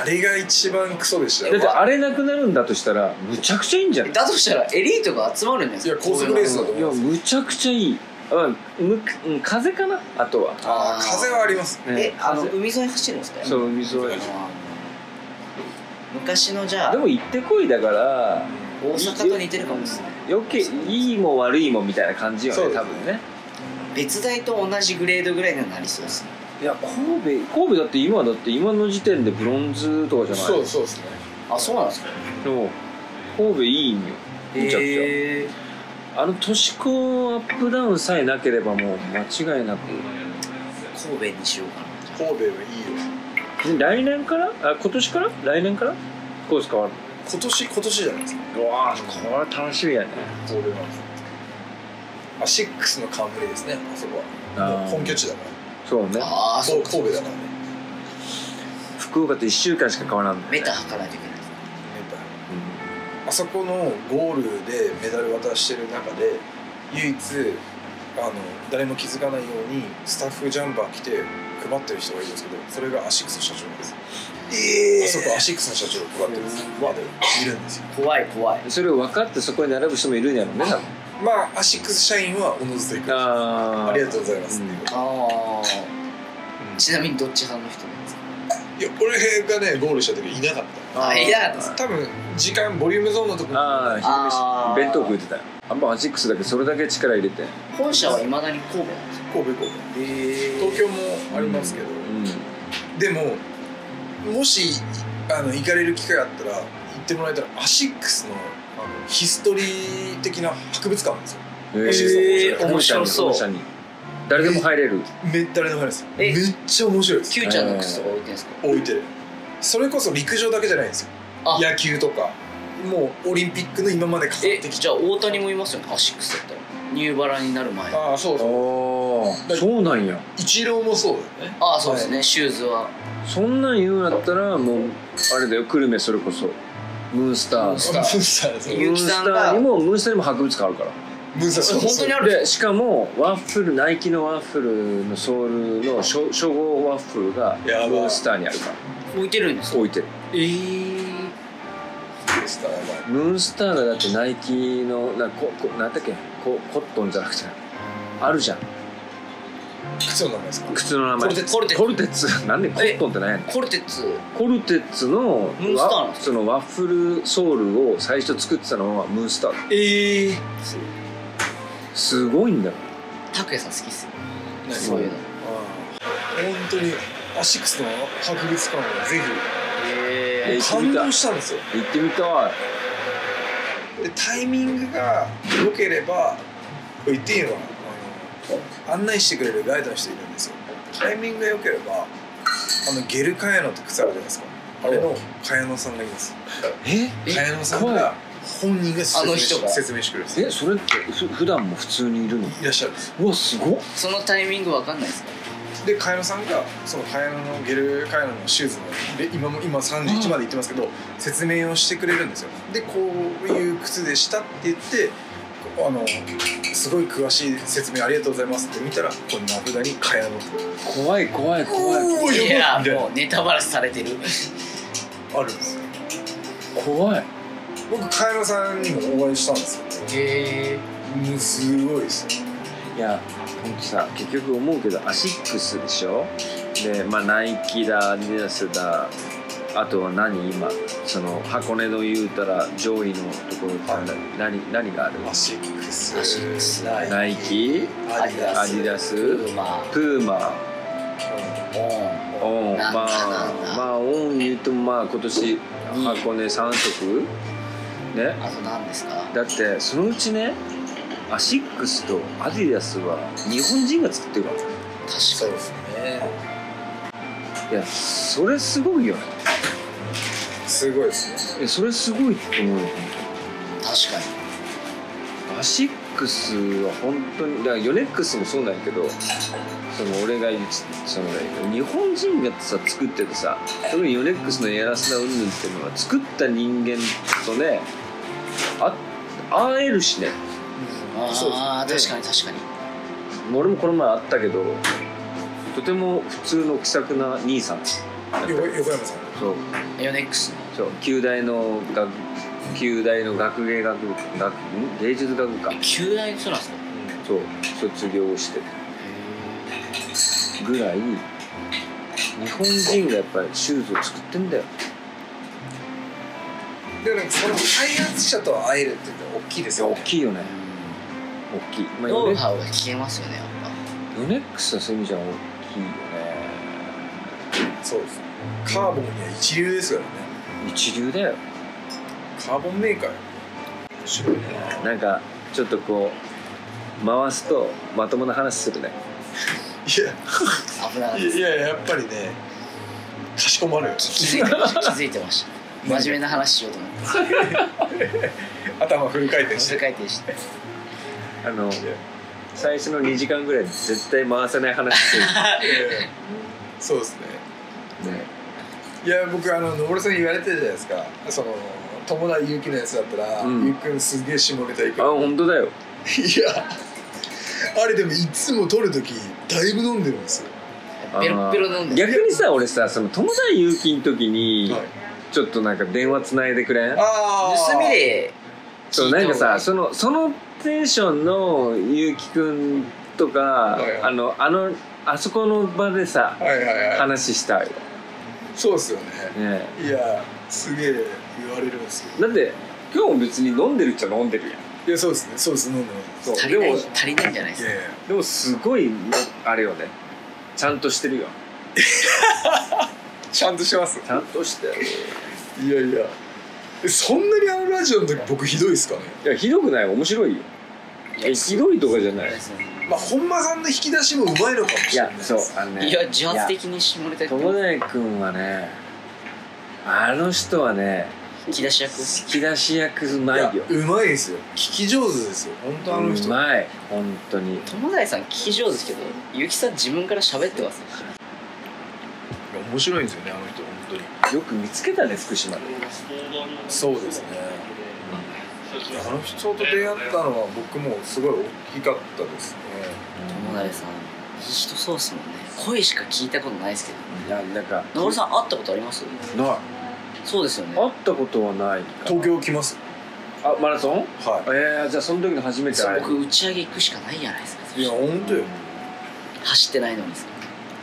Speaker 4: あれが一番クソでした
Speaker 1: だっ
Speaker 4: よ
Speaker 1: てあれなくなるんだとしたらむちゃくちゃいいんじゃない
Speaker 6: だとしたらエリートが集まるんじゃない
Speaker 4: い
Speaker 6: で
Speaker 4: や高
Speaker 6: すか
Speaker 4: 速レースだと
Speaker 1: いや
Speaker 4: 思います
Speaker 1: むちゃくちゃいいうん、むくうん、風かなあとは、
Speaker 7: ああ風はあります
Speaker 6: え
Speaker 1: ね、
Speaker 6: あの
Speaker 1: 風
Speaker 6: 海沿い走るんですか
Speaker 1: そう海沿い
Speaker 6: あー昔のじゃあ
Speaker 1: でも行ってこいだから
Speaker 6: 大阪と似てるかもですね
Speaker 1: よけいいも悪いもみたいな感じよ
Speaker 4: そう
Speaker 1: ね
Speaker 4: です
Speaker 1: 多
Speaker 4: ね
Speaker 1: 分ね
Speaker 6: 別大と同じグレードぐらいにはなりそうですね
Speaker 1: いや神戸神戸だって今だって今の時点でブロンズとかじゃない
Speaker 4: そうそうですね
Speaker 6: あそうなんですか
Speaker 1: でも神戸いいんよめちゃくちゃ、
Speaker 6: へえ
Speaker 1: あの都市高アップダウンさえなければもう間違いなく
Speaker 6: 神戸にしようかな
Speaker 4: 神戸はいいよ
Speaker 1: 来年からあ今年から来年からコース変わる
Speaker 4: 今年今年じゃないですか
Speaker 1: うわーこれは楽しみやね
Speaker 4: 神戸マラソンあシックスの冠ですねあそこは
Speaker 1: あー
Speaker 4: もう本拠地だから
Speaker 1: そうね
Speaker 6: ああそう
Speaker 4: そう神戸だからね
Speaker 1: 福岡と1週間しか変わらんの
Speaker 6: メタ吐かないといけないですね
Speaker 4: あそこのゴールでメダル渡してる中で唯一あの誰も気づかないようにスタッフジャンバー来て配ってる人がいるんですけどそれがアシックスの社長なんですええあそこアシックスの社長が配ってるんですメダルいるんですよ
Speaker 6: 怖い怖い
Speaker 1: それを分かってそこに並ぶ人もいるんやろうね
Speaker 4: まあアシックス社員はおのずと行くあ
Speaker 1: あ
Speaker 4: りがとうございます、
Speaker 1: うん
Speaker 6: ああちなみにどっち派の人なんですか
Speaker 4: いや俺がねゴールした時いなかった
Speaker 1: あー
Speaker 6: あいなかったです
Speaker 4: 多分時間ボリュームゾーンのとこ
Speaker 1: あー昼
Speaker 6: あー
Speaker 1: 飯弁当食うてたよあんまアシックスだけそれだけ力入れて
Speaker 6: 本社はいまだに神戸なんですか
Speaker 4: 神戸神戸東京もありますけど、
Speaker 1: うん
Speaker 4: でももしあの行かれる機会あったら行ってもらえたらアシックスのあのヒストリー的な博物館なんですよ
Speaker 1: え
Speaker 4: えー
Speaker 1: 本社に
Speaker 6: 面白そう
Speaker 1: 本社に誰でも入れる
Speaker 4: めったれの話ですよめ
Speaker 6: え
Speaker 4: っちゃ面白いです
Speaker 6: キューちゃんの靴とか置いてるんですか
Speaker 4: 置いてるそれこそ陸上だけじゃないんですよ
Speaker 6: あ
Speaker 4: 野球とかもうオリンピックの今までかかっ
Speaker 6: え
Speaker 4: てき
Speaker 6: じゃあ大谷もいますよねアシックスだったらニューバラになる前
Speaker 4: た
Speaker 6: あ
Speaker 4: ああそうそう
Speaker 1: おーそうなんや
Speaker 4: イチローもそうだよね
Speaker 6: あそうですね、シューズは
Speaker 1: そんなん言うんやったらもうあれだよ久留米それこそムーンスター
Speaker 6: ムーンスタ
Speaker 4: ム
Speaker 6: ー
Speaker 4: ーンスターですよ
Speaker 6: 結城さんが
Speaker 1: ムーンスターにもムーンスターにも博物館あるから
Speaker 4: ムーンスターそうそう
Speaker 6: 本当にある
Speaker 1: でしかもワッフルナイキのワッフルのソールの初初号ワッフルが
Speaker 4: やばい
Speaker 1: モンスターにあるから
Speaker 6: 置いてるんですか
Speaker 1: 置いてる
Speaker 6: えー、
Speaker 4: ムーンスターやばい
Speaker 1: ムーンスターがだってナイキのなここなんだっけこコットンじゃなくてあるじゃん
Speaker 4: 靴の名前ですか
Speaker 1: 靴の名前
Speaker 6: コルテッツ
Speaker 1: コルテッツなんでコットンってなんやねん
Speaker 6: コルテッツ
Speaker 1: コルテッツの
Speaker 6: ムーンスターなの
Speaker 1: ワそのワッフルソールを最初作ってたのはムーンスターだ
Speaker 4: ええ
Speaker 1: すごいんだよ
Speaker 6: 拓也さん好きっすよそういうの
Speaker 4: 本当にアシックスの博物館はぜ
Speaker 1: え
Speaker 6: え
Speaker 1: ー
Speaker 4: ひ感動したんですよ
Speaker 1: 行ってみたい
Speaker 4: でタイミングが良ければこれ言っていいのかなあの案内してくれるガイドの人いるんですよタイミングが良ければあのゲルカヤノって靴あるじゃないですかあれのカヤノさんがいます
Speaker 1: え
Speaker 4: カヤノさんが本人が説明
Speaker 6: あの人が
Speaker 4: し説明してくれるんですよ
Speaker 1: えそれってふ普段も普通にいるの
Speaker 4: いらっしゃるんですよ
Speaker 1: うわすごっ
Speaker 6: そのタイミングわかんないですか
Speaker 4: で茅野さんがその茅野のゲル茅野のシューズので今も今31まで行ってますけど説明をしてくれるんですよでこういう靴でしたって言ってこあのすごい詳しい説明ありがとうございますって見たらこの名札に茅野って
Speaker 1: 怖い怖い怖い
Speaker 4: おー
Speaker 6: いや
Speaker 4: やばいみたいな
Speaker 6: もうネタバラシされてる
Speaker 4: あるんですよ
Speaker 1: 怖い
Speaker 4: 僕茅野さんにもお会いしたんですよ
Speaker 6: へえ
Speaker 4: もうすごいですよ
Speaker 1: いやほんとさ結局思うけどアシックスでしょでまあナイキだアディダスだあとは何今その箱根の言うたら上位のところって何何がある
Speaker 4: アシックス
Speaker 6: アシックス
Speaker 1: ナイキ
Speaker 4: アディダ
Speaker 1: ア
Speaker 4: ス
Speaker 1: ディダス
Speaker 6: ルーマ
Speaker 1: プーマ
Speaker 6: ーオン
Speaker 1: オンま
Speaker 6: な
Speaker 1: あ
Speaker 6: なんだ
Speaker 1: まあオン言うとまあ今年箱根3色ね
Speaker 6: あと何ですか
Speaker 1: だってそのうちねアシックスとアディダスは日本人が作ってるから
Speaker 4: そうですね
Speaker 1: いやそれすごいよね
Speaker 4: すごいですね
Speaker 1: いやそれすごいと思うよ
Speaker 6: 確かに
Speaker 1: アシックスは本当にだからヨネックスもそうなんやけどその俺が言ってその日本人がさ作っててさ特にヨネックスのエアラスナうんぬんっていうのは作った人間とねあ会えるしね
Speaker 6: ああ、
Speaker 1: そうです
Speaker 6: 確かに確かに
Speaker 1: 俺もこの前会ったけどとても普通の気さくな兄さん
Speaker 4: 横横山さん
Speaker 1: そう
Speaker 6: ヨネックスの
Speaker 1: そう旧大の学旧大の学芸学部学ん芸術学部か
Speaker 6: 旧大の人なんですか
Speaker 1: そう卒業してぐらい日本人がやっぱりシューズを作ってんだよ
Speaker 7: でもなんかその開発者と会えるっていうのは大きいですよ
Speaker 1: 大
Speaker 7: ね
Speaker 1: きいよね大きい、まあ、
Speaker 6: ノ
Speaker 1: ヨ
Speaker 6: ウ
Speaker 1: ネ
Speaker 6: ハウが聞けますよねやっぱ
Speaker 1: ヨネックスはそういう意味じゃ大きいよね
Speaker 7: そうですカーボンには一流ですからね
Speaker 1: 一流だよ
Speaker 7: カーボンメーカーよ面白いね
Speaker 1: なんかちょっとこう回すとまともな話するね
Speaker 6: 危なかったです
Speaker 4: いやいややっぱりねかしこまるよ
Speaker 6: 気づい てました気づいてました真面目な話しようと思って
Speaker 4: 頭フル回転し
Speaker 6: そ
Speaker 4: て
Speaker 6: れ回転して
Speaker 1: あの最初の2時間ぐらい絶対回せない話す
Speaker 4: えーそうですね
Speaker 1: るね
Speaker 4: いや僕あの野村さんに言われてたじゃないですかその友田祐希のやつだったら、
Speaker 1: うん
Speaker 4: ゆっくんすげえ下ネタいく
Speaker 1: あ本当だよ
Speaker 4: いやあれでもいつも撮る時だいぶ飲んでるんですよ
Speaker 6: ペロッペロ飲んで
Speaker 1: 逆にさ俺さその友田祐希の時に、
Speaker 4: はい
Speaker 1: ちょっとなんか電話つないでくれん
Speaker 4: あ
Speaker 6: 盗みで
Speaker 1: そうなんかさそのそのテンションの祐希くんとか、
Speaker 4: いはい
Speaker 1: あのあのあそこの場でさ、
Speaker 4: はいはいはい
Speaker 1: 話したいよ
Speaker 4: そうですよね
Speaker 1: ね
Speaker 4: いやすげえ言われるんですよ
Speaker 1: だって今日も別に飲んでるっちゃ飲んでるやん
Speaker 4: いやそうですねそうです飲んでます
Speaker 1: そう
Speaker 6: 足
Speaker 1: で
Speaker 6: りない
Speaker 1: も
Speaker 6: 足りないんじゃないです
Speaker 4: い
Speaker 6: か
Speaker 4: やいや
Speaker 1: でもすごいあれよねちゃんとしてるよ
Speaker 4: ちゃんとしてます
Speaker 1: ちゃんとしてる
Speaker 4: いやいやえそんなにあのラジオの時僕ひどいですかね
Speaker 1: いやひどくない面白いよえひどいとかじゃない
Speaker 4: まあ本間さんの引き出しもうまいのかも
Speaker 1: い
Speaker 4: しれな
Speaker 1: や
Speaker 4: いです
Speaker 1: そうあのね
Speaker 6: いや自発的に下ネタやって
Speaker 1: 友
Speaker 6: ます
Speaker 1: 達くんはねあの人はね
Speaker 6: 引き出し役
Speaker 1: 引き出し役うまいよ
Speaker 4: うまいですよ聞き上手ですよ本当あの
Speaker 1: う
Speaker 4: 人
Speaker 1: まい本当に
Speaker 6: 友達さん聞き上手ですけどゆきさん自分から喋ってますね
Speaker 4: 面白いんですよねあの人本当に
Speaker 1: よく見つけたね福島で
Speaker 4: そうですね、あの人と出会ったのは僕もすごい大きかったですね
Speaker 6: 友達さんいい人そうっすもんね声しか聞いたことないですけど
Speaker 1: いやなんか
Speaker 6: 野村さん会ったことあります
Speaker 4: な
Speaker 6: そうですよね
Speaker 1: 会ったことはないか
Speaker 4: 東京来ます
Speaker 1: あマラソン
Speaker 4: は
Speaker 1: えー、じゃあその時の初めて会える
Speaker 6: 僕打ち上げ行くしかないじゃないですか
Speaker 4: いいや本当よ
Speaker 6: 走ってないのにさ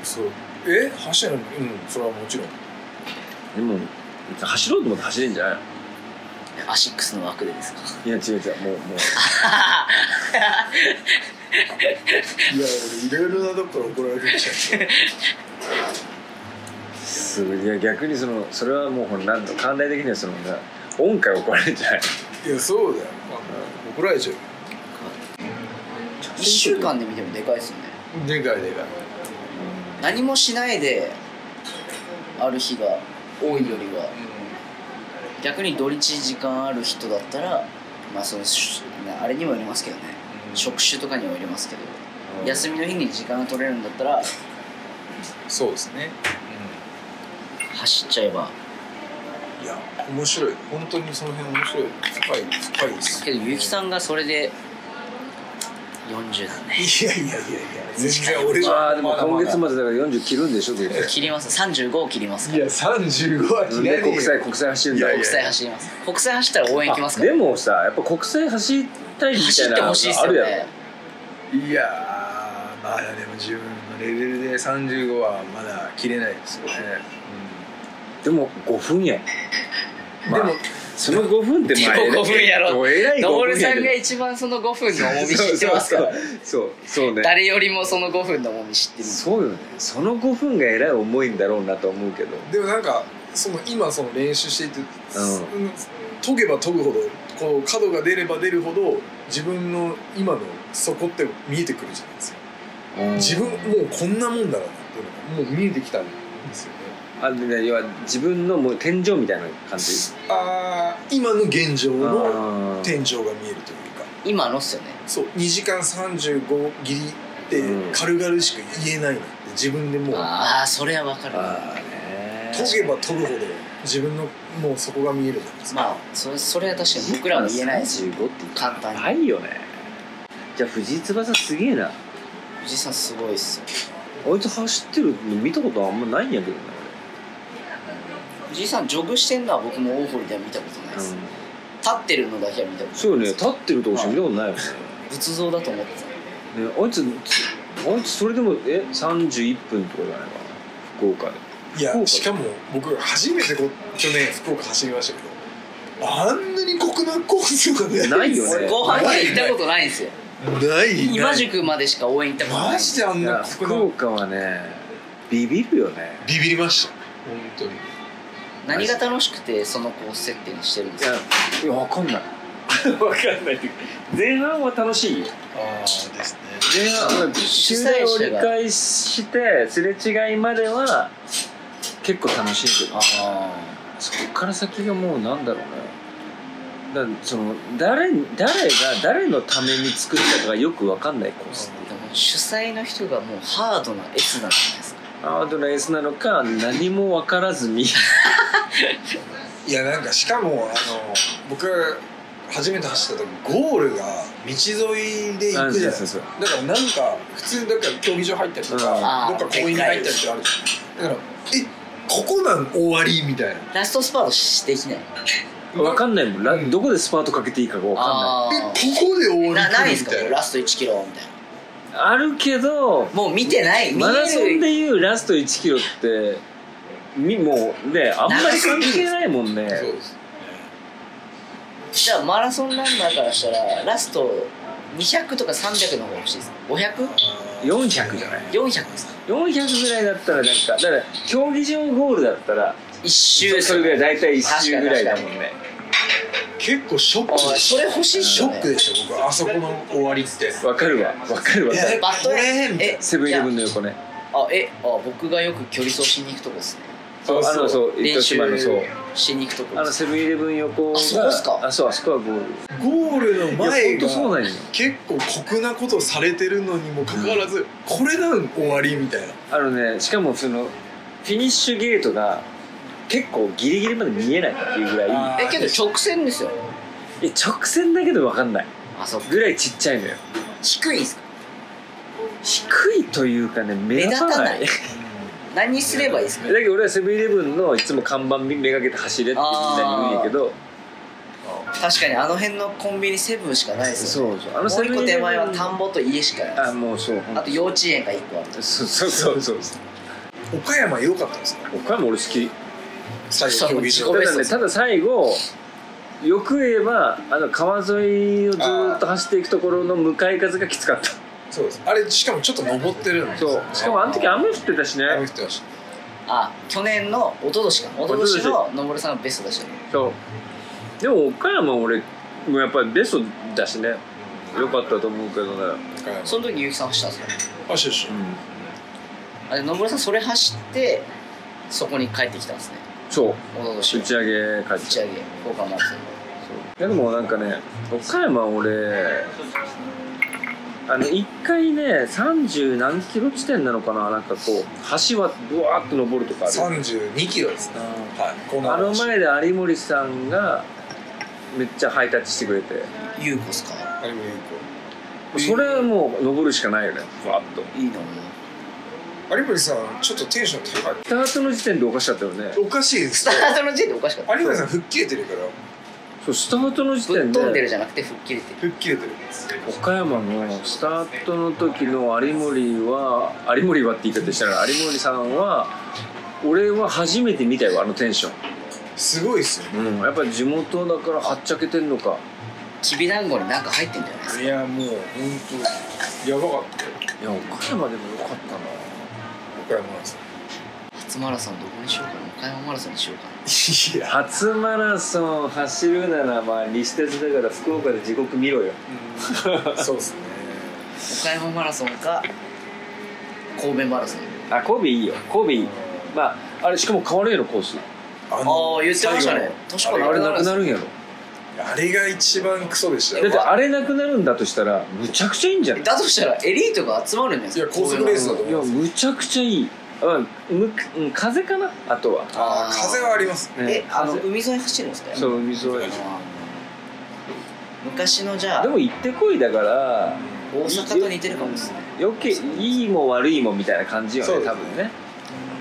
Speaker 4: そうえ走るのうんそれはもちろん
Speaker 1: でも走ろうと思って走れんじゃない
Speaker 6: アシックスの枠で ですか
Speaker 1: いや違う違うもうもう
Speaker 4: いや俺いろいろなとこから怒られてきちゃう
Speaker 1: すごいいや逆にそのそれはもうほらなんと寛大的にはそのな音階怒られるんじゃない
Speaker 4: いやそうだよ怒られちゃう
Speaker 6: 1週間で見てもでかいですよね
Speaker 4: でかいでかい
Speaker 6: 何もしないである日が多いよりは逆に土日時間ある人だったらまあそのしあれにもよりますけどね職種とかにもよりますけど休みの日に時間が取れるんだったら
Speaker 4: そうですね
Speaker 6: 走っちゃえば
Speaker 4: いや面白い本当にその辺面白い深い深いです
Speaker 6: けど結城さんがそれで40だね
Speaker 4: いやいやいやいや全然俺
Speaker 1: まあでも
Speaker 4: まだま
Speaker 1: 今
Speaker 4: だ
Speaker 1: 月までだから40切るんでしょ絶対
Speaker 6: 切ります35を切りますか
Speaker 4: いや35は
Speaker 1: なん
Speaker 4: 嫌
Speaker 1: で
Speaker 4: いで
Speaker 1: 国際国際走るんだ
Speaker 4: いやい
Speaker 6: 国
Speaker 4: や
Speaker 6: 際走ります国際走ったら応援行きます
Speaker 1: あ
Speaker 6: か
Speaker 1: で
Speaker 6: ら
Speaker 1: もさやっぱ国際走りたいみ
Speaker 6: 走
Speaker 1: たい
Speaker 6: っ
Speaker 1: な
Speaker 6: てほしいです
Speaker 1: あ
Speaker 6: よ
Speaker 1: るや
Speaker 6: ね
Speaker 1: ろ
Speaker 4: いやーまだでも自分のレベルで35はまだ切れないですよね、
Speaker 1: でも5分やんまあ
Speaker 4: でも
Speaker 1: その5分ってまあ
Speaker 6: でも5分やろ
Speaker 1: もう偉い5
Speaker 6: ノー
Speaker 1: 分
Speaker 6: ルさんが
Speaker 1: や
Speaker 6: 一番その5分の重み
Speaker 1: そう
Speaker 6: 知ってますから
Speaker 1: そうそうね
Speaker 6: 誰よりもその5分の重み知ってる
Speaker 1: そうよねその5分が偉い重いんだろうなと思うけど
Speaker 4: でもなんかその今その練習していて、
Speaker 1: ん
Speaker 4: 研げば研ぐほどこう角が出れば出るほど自分の今の底って見えてくるじゃないですか自分もうこんなもんだろうなっていうのがもう見えてきたんですよね
Speaker 1: あで要は自分のもう天井みたいな感じ
Speaker 4: あー今の現状の
Speaker 1: あー
Speaker 4: 天井が見えるというか
Speaker 6: 今のっすよね
Speaker 4: そう2時間35ギリって
Speaker 1: うん
Speaker 4: 軽々しく言えないなって自分でもう
Speaker 6: ああそれはわかる
Speaker 1: あーね
Speaker 4: 研げば研ぐほど自分のもうそこが見えるじゃないですか、
Speaker 6: まあそそれは確かに僕らも言えないですよ
Speaker 1: 35って
Speaker 6: 簡単に
Speaker 1: ないよねじゃあ藤井翼すげえな
Speaker 6: 藤井さんすごいっすよ
Speaker 1: あいつ走ってるの見たことあんまないんやけどね
Speaker 6: 藤井さんジョグしてんのは僕も大堀では見たことない
Speaker 1: 俺、
Speaker 6: です、立ってるのだけは見たことない
Speaker 1: そうよね立ってるとこしか見たことないよね
Speaker 6: 仏像だと思ってた
Speaker 1: ね、あいつあいつそれでもえ31分とかじゃないかな福岡で福
Speaker 4: い
Speaker 1: 岡
Speaker 4: や
Speaker 1: で
Speaker 4: しかも僕初めてこ去年福岡走りましたけどあんなに国難コースがね
Speaker 1: ないよね
Speaker 6: ご飯に行ったことないんですよ
Speaker 4: ない
Speaker 6: 今
Speaker 4: ない
Speaker 6: 宿までしか応援行ったことない
Speaker 4: マジであ
Speaker 1: い
Speaker 4: ん
Speaker 1: や
Speaker 4: な
Speaker 1: 福
Speaker 4: 国難
Speaker 1: 岡はねビビるよね
Speaker 4: ビビりました本当に
Speaker 6: 何が楽しくてそのコース設定にしてるんですか
Speaker 1: いや分かんない分かんないっていうか前半は楽しいよ
Speaker 4: ああですね
Speaker 1: 前半終電を折り返してすれ違いまでは結構楽しいけどそこから先がもうなんだろうねだからその誰に誰が誰のために作ったかがよく分かんないコース
Speaker 6: でも主催の人がもうハードな S なんじゃないですか
Speaker 1: アードのエースなのか何も分からずに
Speaker 4: いやなんかしかもあの僕初めて走った時ゴールが道沿いで行くじゃないですか
Speaker 1: そう
Speaker 4: だからなんか普通だから競技場入ったりと
Speaker 6: う
Speaker 4: か、
Speaker 6: ん
Speaker 4: どっか公園に入ったりとかあるじゃんだからえここなん終わりみたいな
Speaker 6: ラストスパートしできない
Speaker 1: 分かんないもんラどこでスパートかけていいかが分かんない
Speaker 6: あ
Speaker 4: え
Speaker 6: あ
Speaker 4: ここで終わり
Speaker 6: なないん
Speaker 4: 来
Speaker 6: す
Speaker 4: るみた
Speaker 6: かもう
Speaker 4: いな
Speaker 6: ラスト1キロみたいな
Speaker 1: あるけど
Speaker 6: もう見てない見え
Speaker 1: マラソン
Speaker 6: る
Speaker 1: でいうラスト1キロってみもうねあんまり関係ないもんね
Speaker 4: そうです
Speaker 6: じゃあマラソンランナーからしたらラスト200とか300の方が欲しいです 500?400
Speaker 1: 400じゃない
Speaker 6: ですか
Speaker 1: 400ぐらいだったらなんかだから競技場ゴールだったら
Speaker 6: 一周
Speaker 1: それぐらい大体1周ぐらいだもんね
Speaker 4: 結構ショック
Speaker 6: あ
Speaker 4: で
Speaker 6: ー
Speaker 4: し
Speaker 6: それ欲しいっ
Speaker 4: シ
Speaker 6: す
Speaker 4: ョ
Speaker 6: よ
Speaker 4: ッ
Speaker 6: ね
Speaker 4: クでした僕あそこの終わりって
Speaker 1: わかるわわかるわか
Speaker 4: い
Speaker 1: る
Speaker 4: や
Speaker 6: バット
Speaker 4: これみたい
Speaker 6: ね
Speaker 4: な
Speaker 6: え
Speaker 1: セブンイレブン
Speaker 6: じ
Speaker 1: の横ね
Speaker 6: ゃああえあ僕がよく距離走しに行くとこですね
Speaker 1: そうあのそう糸
Speaker 6: 練
Speaker 1: 島のそう
Speaker 6: 習しに行くとこ
Speaker 1: あ
Speaker 6: で
Speaker 1: の
Speaker 6: す
Speaker 1: セブンイレブン横が
Speaker 6: あそこっすか
Speaker 1: あそうあそこはゴール
Speaker 4: ゴールの
Speaker 1: いや
Speaker 4: 前
Speaker 1: 本当そう
Speaker 4: が
Speaker 1: なんよ
Speaker 4: 結構酷なことされてるのにもかかわらず、これなん終わりみたいな
Speaker 1: あのねしかもそのフィニッシュゲートが結構ギリギリまで見えないっていうぐらい
Speaker 4: あ
Speaker 6: えけど直線ですよ
Speaker 1: え直線だけどわかんない
Speaker 6: あそう
Speaker 1: ぐらいちっちゃいのよ
Speaker 6: 低いんすか
Speaker 1: 低いというかね目立たない
Speaker 6: 目立何すればいいですか
Speaker 1: だけど俺はセブンイレブンのいつも看板めがけて走れってみんなに言うんやけど
Speaker 6: 確かにあの辺のコンビニセブンしかないですよね
Speaker 1: そうそうあの
Speaker 6: もう一
Speaker 1: セブ
Speaker 6: 個
Speaker 1: ンイレ
Speaker 6: 手
Speaker 1: ブン
Speaker 6: 前は田んぼと家しかないです
Speaker 1: あもうそうほん
Speaker 6: あと幼稚園が一個ある
Speaker 1: そうそうそうそう
Speaker 4: 岡山良かったですか
Speaker 1: 岡山俺好き
Speaker 4: 最後競技
Speaker 6: ご
Speaker 4: 場
Speaker 6: めん
Speaker 1: ただねただ最後よく言えばあの川沿いをずーっと走っていくところの向かい風がきつかった
Speaker 4: そうですあれしかもちょっと登ってるんです
Speaker 1: そうしかもあの時雨降ってたしね
Speaker 4: 雨降ってました
Speaker 6: あ去年の一昨年か一昨年ののぼるさんがベスト出したね
Speaker 1: そうでも岡山俺もやっぱりベストだしね良かったと思うけどね
Speaker 4: 岡山
Speaker 6: その時結城さん走ったんですよ
Speaker 4: あそうそう
Speaker 6: あれのぼるさんそれ走ってそこに帰ってきたんですね
Speaker 1: そう
Speaker 6: 一昨年
Speaker 1: 打ち上げ帰っ
Speaker 6: 打
Speaker 1: ち
Speaker 6: ち
Speaker 1: ゃう
Speaker 6: 上げ福岡松
Speaker 1: いやでもなんかね岡山俺あの1回ね30何キロ地点なのかななんかこう橋はぶわーっと登るとかある
Speaker 4: 32キロですねはいこ
Speaker 1: あの
Speaker 4: 話
Speaker 1: 前で有森さんがめっちゃハイタッチしてくれて
Speaker 6: 優子っすか
Speaker 4: 有森
Speaker 1: それはもう登るしかないよねわーっと
Speaker 6: いいの
Speaker 4: 有森さんちょっとテンション高い
Speaker 1: スタートの時点でおかしかったよね
Speaker 4: おかしいで
Speaker 6: ス
Speaker 4: す
Speaker 6: タ
Speaker 4: よ
Speaker 6: ートの時点でおかしかった
Speaker 4: 有森さん吹っ切れてるから
Speaker 1: そうスタートの時
Speaker 6: ぶっ
Speaker 1: 点
Speaker 6: 飛んで
Speaker 1: で
Speaker 6: るじゃなくて吹っ切れてる
Speaker 4: 吹っ切れてるんです
Speaker 1: 岡山のスタートの時の有森は有森はって言い方したら有森さんは俺は初めて見たよあのテンション
Speaker 4: すごいっすよね
Speaker 1: うん、やっぱり地元だからはっちゃけてんのか
Speaker 6: きびだんごになんか入ってんじゃないですか
Speaker 4: いやもう本当やばかったよ
Speaker 1: いや岡山でもよかったな
Speaker 4: 岡山なんです
Speaker 6: 初マラソンどこにしようかな岡山マラソンにしようかない
Speaker 4: や
Speaker 1: 初マラソン走るならまあ西鉄だから福岡で地獄見ろよ
Speaker 4: そうですね
Speaker 6: 岡山マラソンか神戸マラソン
Speaker 1: あ神戸いいよ神戸いいまああれしかも変わるやろコース
Speaker 4: あ
Speaker 6: ああ言ってましたね確か
Speaker 1: あ
Speaker 6: に
Speaker 1: れなくなるんやろ
Speaker 4: あれが一番クソでした
Speaker 1: だっ
Speaker 4: よ
Speaker 1: てあれなくなるんだとしたらむちゃくちゃいいんじゃない
Speaker 6: だとしたらエリートが集まるんじゃないですか
Speaker 4: いや高速レースだと
Speaker 1: いやむちゃくちゃいいあむうん風かなあとは、
Speaker 4: あー風はあります
Speaker 1: ね
Speaker 6: えあの
Speaker 1: 風
Speaker 6: 海沿い走るんですか
Speaker 1: そう海沿い
Speaker 6: あー昔のじゃあ
Speaker 1: でも行ってこいだから
Speaker 6: 大阪と似てるかもですね
Speaker 1: よけいいも悪いもみたいな感じよ
Speaker 4: そう
Speaker 1: ね
Speaker 4: です
Speaker 1: 多
Speaker 4: ね
Speaker 1: 分ね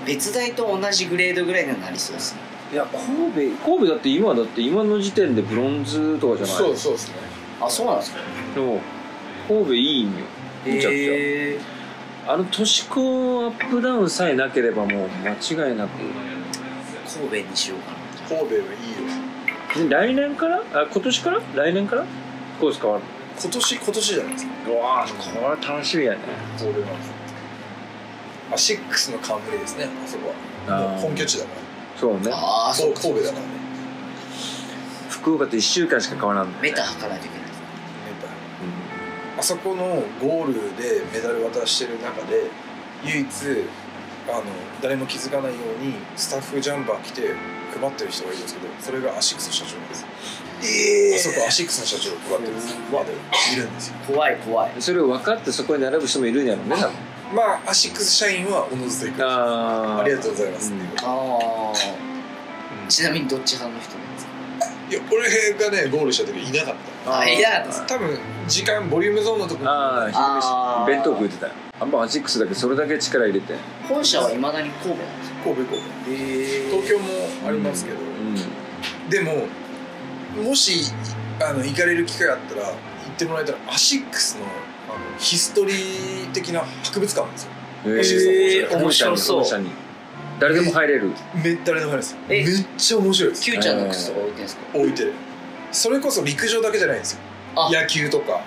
Speaker 6: 別大と同じグレードぐらいにはなりそうですね
Speaker 1: いや神戸神戸だって今だって今の時点でブロンズとかじゃない
Speaker 4: そうそうですね
Speaker 6: あそうなんですか
Speaker 1: でも神戸いいんよめちゃくちゃ、
Speaker 6: え
Speaker 1: あの都市高アップダウンさえなければもう間違いなく
Speaker 6: ー、神戸にしようかな
Speaker 4: 神戸はいいよ
Speaker 1: 来年からあ今年から来年からコース変わる
Speaker 4: 今年今年じゃないですか
Speaker 1: うわーこれは楽しみやね
Speaker 4: 神戸はあシックスの冠ですねあそこは
Speaker 1: あー
Speaker 4: もう本拠地だから
Speaker 1: そうね
Speaker 6: ああそうか
Speaker 4: 神戸だからね
Speaker 1: 福岡と1週間しか変わらんのね
Speaker 6: メタ吐かないといけない
Speaker 4: あそこのゴールでメダル渡してる中で唯一あの誰も気づかないようにスタッフジャンバー来て配ってる人がいるんですけどそれがアシックスの社長なんですえあそこアシックスの社長が配ってるんですまだいるんですよ
Speaker 6: 怖い怖い
Speaker 1: うんそれを分かってそこに並ぶ人もいるんやろうね多分
Speaker 4: まあアシックス社員はおのずと行くあ
Speaker 1: あ
Speaker 4: りがとうございます、
Speaker 1: うん
Speaker 6: ああちなみにどっち派の人なんですか
Speaker 4: いや俺がねゴールした時いなかっ
Speaker 6: あいやです
Speaker 4: た多分時間ボリュームゾーンのとこ
Speaker 1: ああ
Speaker 6: あー
Speaker 1: 昼飯弁当食うてたよあんまアシックスだけそれだけ力入れて
Speaker 6: 本社はいまだに神戸なんですか
Speaker 4: 神戸神戸東京もありますけど、
Speaker 1: うん
Speaker 4: でももしあの行かれる機会あったら行ってもらえたらアシックスのあのヒストリー的な博物館なんですよ
Speaker 1: えー
Speaker 6: 面白そう
Speaker 1: 本社に誰でも入れる
Speaker 4: めったりの話ですめ
Speaker 6: え
Speaker 4: っちゃ面白いです
Speaker 6: Q ちゃんの靴とか置いてんですか
Speaker 4: 置いてるそれこそ陸上だけじゃないんですよ
Speaker 6: あ
Speaker 4: 野球とか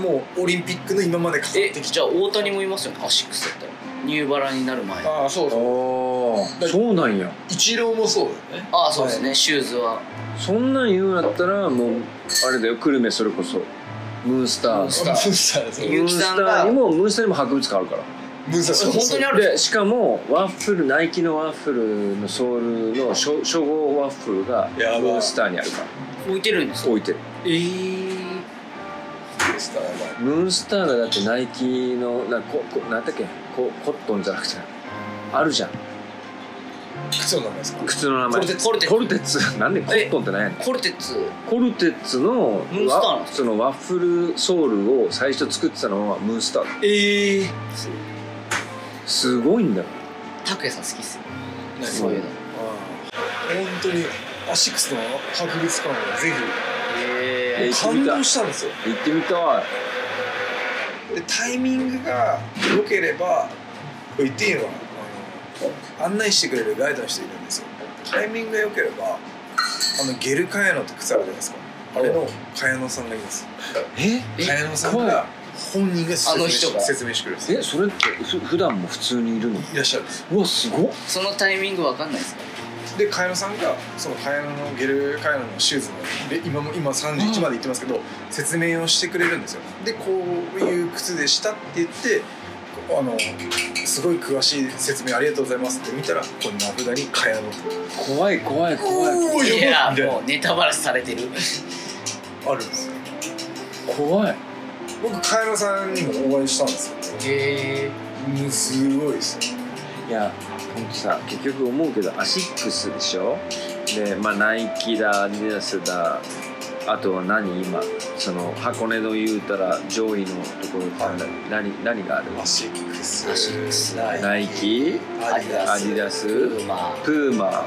Speaker 4: もうオリンピックの今までかかっ
Speaker 6: え
Speaker 4: てき
Speaker 6: じゃあ大谷もいますよねアシックスだったらニューバラになる前
Speaker 4: たああそうそう
Speaker 1: おーそうなんや
Speaker 4: イチローもそうだよね
Speaker 6: ああそうですねシューズは
Speaker 1: そんなん言うんやったらもうあれだよ久留米それこそムーンスター
Speaker 6: ムーンスター
Speaker 4: ムーンスターです
Speaker 1: ムーンスターにもムーンスターにも博物館あるから
Speaker 4: ムーンスターそうそう
Speaker 6: 本当にあるんです
Speaker 1: でしかもワッフルナイキのワッフルのソールの初初号ワッフルがム
Speaker 4: やばい
Speaker 1: ーンスターにあるから
Speaker 6: か置いてるんですか
Speaker 1: 置いてる
Speaker 6: えー、
Speaker 4: ムーンスターやばい
Speaker 1: ムーンスターがだってナイキのなここなんだっけこコットンじゃなくてあるじゃん
Speaker 4: 靴の名前ですか
Speaker 1: 靴の名前
Speaker 6: コルテッツコルテッツ
Speaker 1: コルテッツなんでコットンって何やねん
Speaker 6: コルテッツ
Speaker 1: コルテッツの
Speaker 6: ムーンスターなん
Speaker 1: ワ
Speaker 6: です
Speaker 1: そのワッフルソールを最初作ってたのはムーンスター
Speaker 4: ええ
Speaker 1: すごいんだよ
Speaker 6: 拓也さん好きっすよそういうの
Speaker 4: 本当にアシックスの博物館はぜ
Speaker 1: え
Speaker 4: ひ
Speaker 1: ー
Speaker 4: 感動したんですよ
Speaker 1: 行ってみたい
Speaker 4: でタイミングが良ければ言っていいのはあの案内してくれるガイドの人いるんですよタイミングが良ければあのゲルカヤノって靴あるじゃないですかあれのカヤノさんがいます
Speaker 1: え
Speaker 4: カヤノさんが本人が説明
Speaker 6: あの人
Speaker 4: して
Speaker 6: が
Speaker 4: 説明してくれるんですよ
Speaker 1: えそれってふ普段も普通にいるの
Speaker 4: いらっしゃるんですよ
Speaker 1: うわすごっ
Speaker 6: そのタイミングわかんないですか
Speaker 4: でカヤノさんがそのカヤノのゲルカヤノのシューズので今も今31まで行ってますけど説明をしてくれるんですよでこういう靴でしたって言ってこうあのすごい詳しい説明ありがとうございますって見たらここに名札にカヤノって
Speaker 1: 怖い怖い怖い
Speaker 4: おー
Speaker 6: いや
Speaker 4: ばい
Speaker 6: もうネタバラシされてる
Speaker 4: あるんですよ
Speaker 1: 怖い
Speaker 4: 僕カヤノさんにもお会いしたんですよ
Speaker 6: へえ
Speaker 4: もうすごいですよ
Speaker 1: いやほんとさ結局思うけどアシックスでしょでまあナイキだアディダスだあとは何今その箱根の言うたら上位のところって
Speaker 4: はい
Speaker 1: 何何がある
Speaker 4: アシックス
Speaker 6: アシックス
Speaker 1: ナイキ
Speaker 4: アディダ
Speaker 1: ア
Speaker 4: ス
Speaker 1: ディダス
Speaker 6: ま
Speaker 1: プーマ
Speaker 6: あ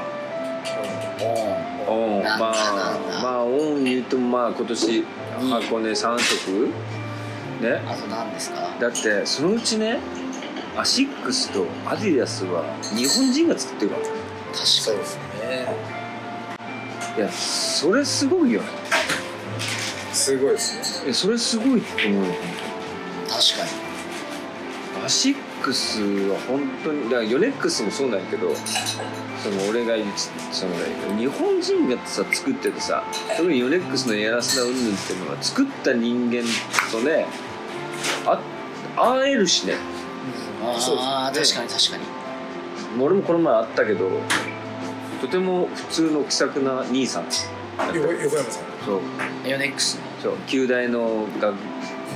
Speaker 6: も
Speaker 1: オンま
Speaker 6: な
Speaker 1: あ
Speaker 6: んだなんだ
Speaker 1: まあオン言うとまあ今年箱根3足ね
Speaker 6: うあと何ですか
Speaker 1: だってそのうちねアシックスとアディダスは日本人が作ってるから
Speaker 4: そうですね
Speaker 1: いやそれすごいよね
Speaker 4: すごいですね
Speaker 1: いやそれすごいと思うよ
Speaker 6: 確かに
Speaker 1: アシックスは本当にだからヨネックスもそうなんやけどその俺が言ってその日本人がさ作っててさ特にヨネックスのやらせだうんぬんっていうのは作った人間とねあ会えるしね
Speaker 6: ああ
Speaker 1: そうで
Speaker 6: 確
Speaker 1: す
Speaker 6: かに確かに
Speaker 1: 俺もこの前会ったけどとても普通の気さくな兄さん
Speaker 4: 横横山さん
Speaker 1: そう
Speaker 6: ヨネックスの
Speaker 1: そう旧大の学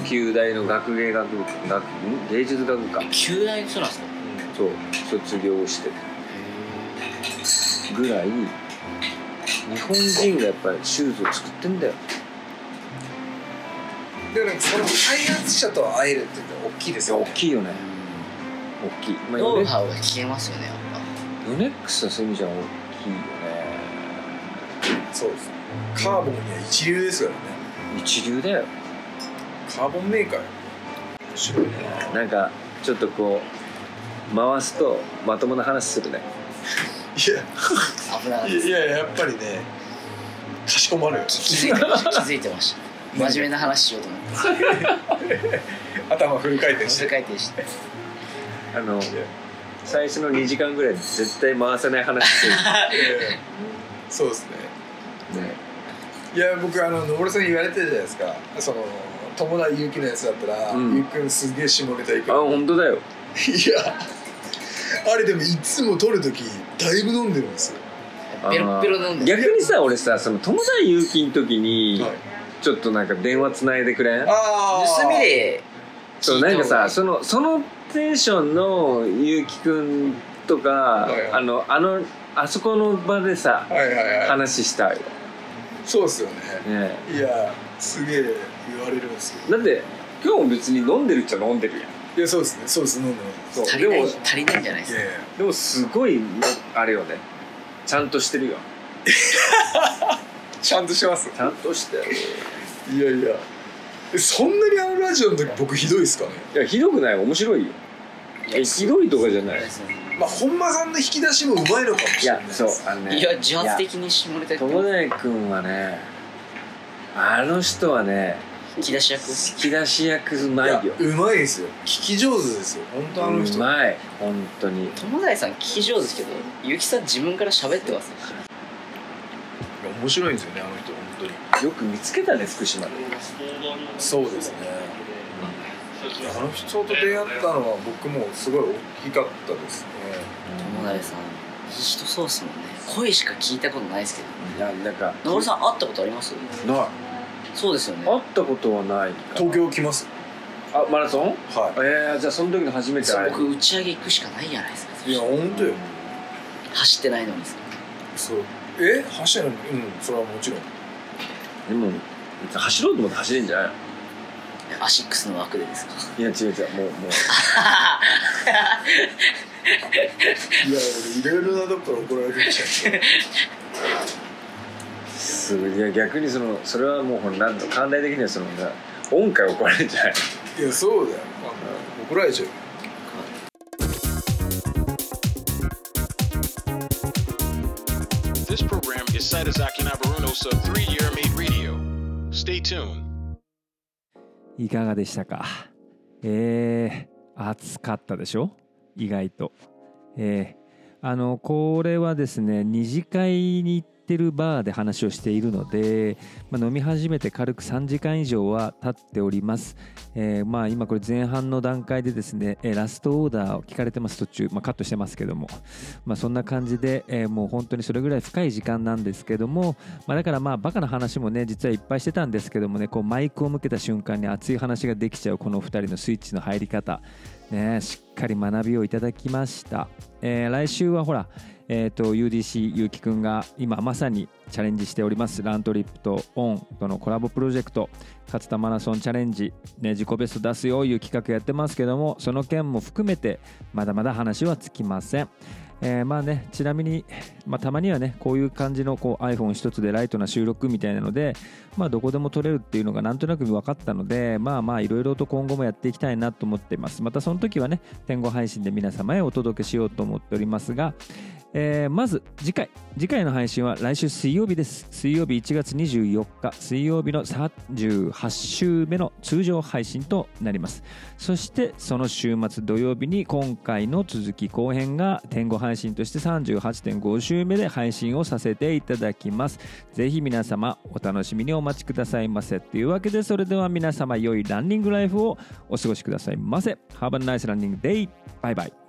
Speaker 1: 旧大の学芸学部学ん芸術学部か
Speaker 6: 旧大の人なんですか
Speaker 1: そう卒業してぐらい日本人がやっぱりシューズを作ってんだよ
Speaker 4: でもなんかその開発者と会えるっていうのは大きいですよ
Speaker 1: 大
Speaker 4: ね
Speaker 1: きいよね大きい、まあ、
Speaker 6: ノ
Speaker 1: ヨ
Speaker 6: ウ
Speaker 1: ネ
Speaker 6: ハウが聞けますよねやっぱ
Speaker 1: ヨネックスはそういう意味じゃ大きいよ
Speaker 4: そうですカーボンには一流ですからね
Speaker 1: ね一流だよ
Speaker 4: カーボンメーカーよ
Speaker 6: 白いね
Speaker 1: なんかちょっとこう回すとまともな話するね
Speaker 6: 危なかったです
Speaker 4: いやいややっぱりねかしこまるよ
Speaker 6: 気づいてました気づいて ました真面目な話しようと思って
Speaker 4: 頭フル回転し
Speaker 6: そ
Speaker 4: て
Speaker 6: れ回転して
Speaker 1: あの最初の2時間ぐらい絶対回さない話す
Speaker 4: そうですね
Speaker 1: る、ね、
Speaker 4: いや僕あの登さんに言われてたじゃないですかその友達ゆうきのやつだったら、
Speaker 1: うん
Speaker 4: ゆうきくんすげえ下ネタいく
Speaker 1: あ
Speaker 4: いや
Speaker 1: 本当だよ
Speaker 4: あれでもいつも撮るときだいぶ飲んでるんですよ
Speaker 6: ペロッペロ飲んで
Speaker 1: 逆にさ俺さその友達有金の時に、
Speaker 4: はい
Speaker 1: ちょっとなんか電話つないでくれん
Speaker 4: あ
Speaker 6: 盗みで
Speaker 1: そうなんかさそのそのテンションの結城くんとか、
Speaker 4: いはい
Speaker 1: あのあのあそこの場でさ、
Speaker 4: はいはいはい
Speaker 1: 話したいよ、
Speaker 4: そうっすよね
Speaker 1: ね
Speaker 4: いやすげえ言われるんですよ
Speaker 1: え、だって今日も別に飲んでるっちゃ飲んでるやん
Speaker 4: いやそうですねそうです飲んでます
Speaker 1: そう
Speaker 6: 足
Speaker 1: で
Speaker 6: りない
Speaker 1: も
Speaker 6: 足りないんじゃないです
Speaker 4: い
Speaker 6: か
Speaker 4: やいや
Speaker 1: でもすごいあれよねちゃんとしてる よ
Speaker 4: ちゃんとしてます
Speaker 1: ちゃんとしてる
Speaker 4: いやいやえそんなにあのラジオの時僕ひどいですかね
Speaker 1: いやひどくない面白いよえひどいとかじゃない
Speaker 4: まあ本間さんの引き出しもうまいのかも
Speaker 1: い
Speaker 4: しれ
Speaker 1: や
Speaker 4: ない
Speaker 1: そうあのね
Speaker 6: いや自発的に下ネタ
Speaker 1: 友成君はねあの人はね
Speaker 6: 引き出し役
Speaker 1: 引き出し役うまいよ
Speaker 4: うまいですよ聞き上手ですよ本当あの
Speaker 1: う
Speaker 4: 人
Speaker 1: まい本当に
Speaker 6: 友達さん聞き上手ですけどゆきさん自分から喋ってますね
Speaker 4: 面白いんですよねあの人本当に
Speaker 1: よく見つけたね福島で
Speaker 4: そうですねあの人と出会ったのは僕もすごい大きかったですね
Speaker 6: 友達さんいい人そうっすもんね声しか聞いたことないですけ
Speaker 1: いやなんか
Speaker 6: ど徹さん会ったことあります
Speaker 4: な
Speaker 6: そうですよね
Speaker 1: 会ったことはない
Speaker 4: 東京来ます
Speaker 1: あマラソン
Speaker 4: は
Speaker 1: えー、じゃあその時の初めてあれ
Speaker 6: 僕打ち上げ行くしかないじゃないですか
Speaker 4: いや本当よ
Speaker 6: 走ってないのに
Speaker 4: そうえ走るのうんそれはもちろん
Speaker 1: でも走ろうと思って走れんじゃない
Speaker 6: アシックスの枠でですか
Speaker 1: いや違う違うもうもう
Speaker 4: いや俺いろいろなとこから怒られてきちゃう
Speaker 1: すごいいや逆にそのそれはもうほらなんと寛大的にはそのな音階怒られるんじゃない
Speaker 4: いやそうだよあの怒られちゃう
Speaker 3: This program is Sadazaki Nabarunos of 3 Year Made Radio. Stay tuned.
Speaker 8: いかがでしたかえー、暑かったでしょ意外と。えーあのこれはですね二次会に行ってるバーで話をしているので、まあ飲み始めて軽く3時間以上は経っております、えーまあ今これ前半の段階でですね、えーラストオーダーを聞かれてます途中、まあ、カットしてますけども、まあ、そんな感じで、えーもう本当にそれぐらい深い時間なんですけども、まあ、だからまあバカな話もね実はいっぱいしてたんですけどもねこうマイクを向けた瞬間に熱い話ができちゃうこの2人のスイッチの入り方ねしっかり学びをいただきました、えー来週はほらえー、と UDC ゆうきくんが今まさにチャレンジしておりますラントリップとオンとのコラボプロジェクト勝田マラソンチャレンジ、ね、自己ベスト出すよいう企画やってますけどもその件も含めてまだまだ話はつきません、えーまあねちなみに、まあ、たまにはねこういう感じのこう iPhone 一つでライトな収録みたいなのでまあどこでも撮れるっていうのがなんとなく分かったのでまあまあいろいろと今後もやっていきたいなと思っていますまたその時はね天狗配信で皆様へお届けしようと思っておりますがえーまず次回次回の配信は来週水曜日です水曜日1月24日水曜日の38週目の通常配信となりますそしてその週末土曜日に今回の続き後編が天狗配信として38.5週目で配信をさせていただきますぜひ皆様お楽しみにお待ちくださいませというわけでそれでは皆様良いランニングライフをお過ごしくださいませ Have a nice running day! バイバイ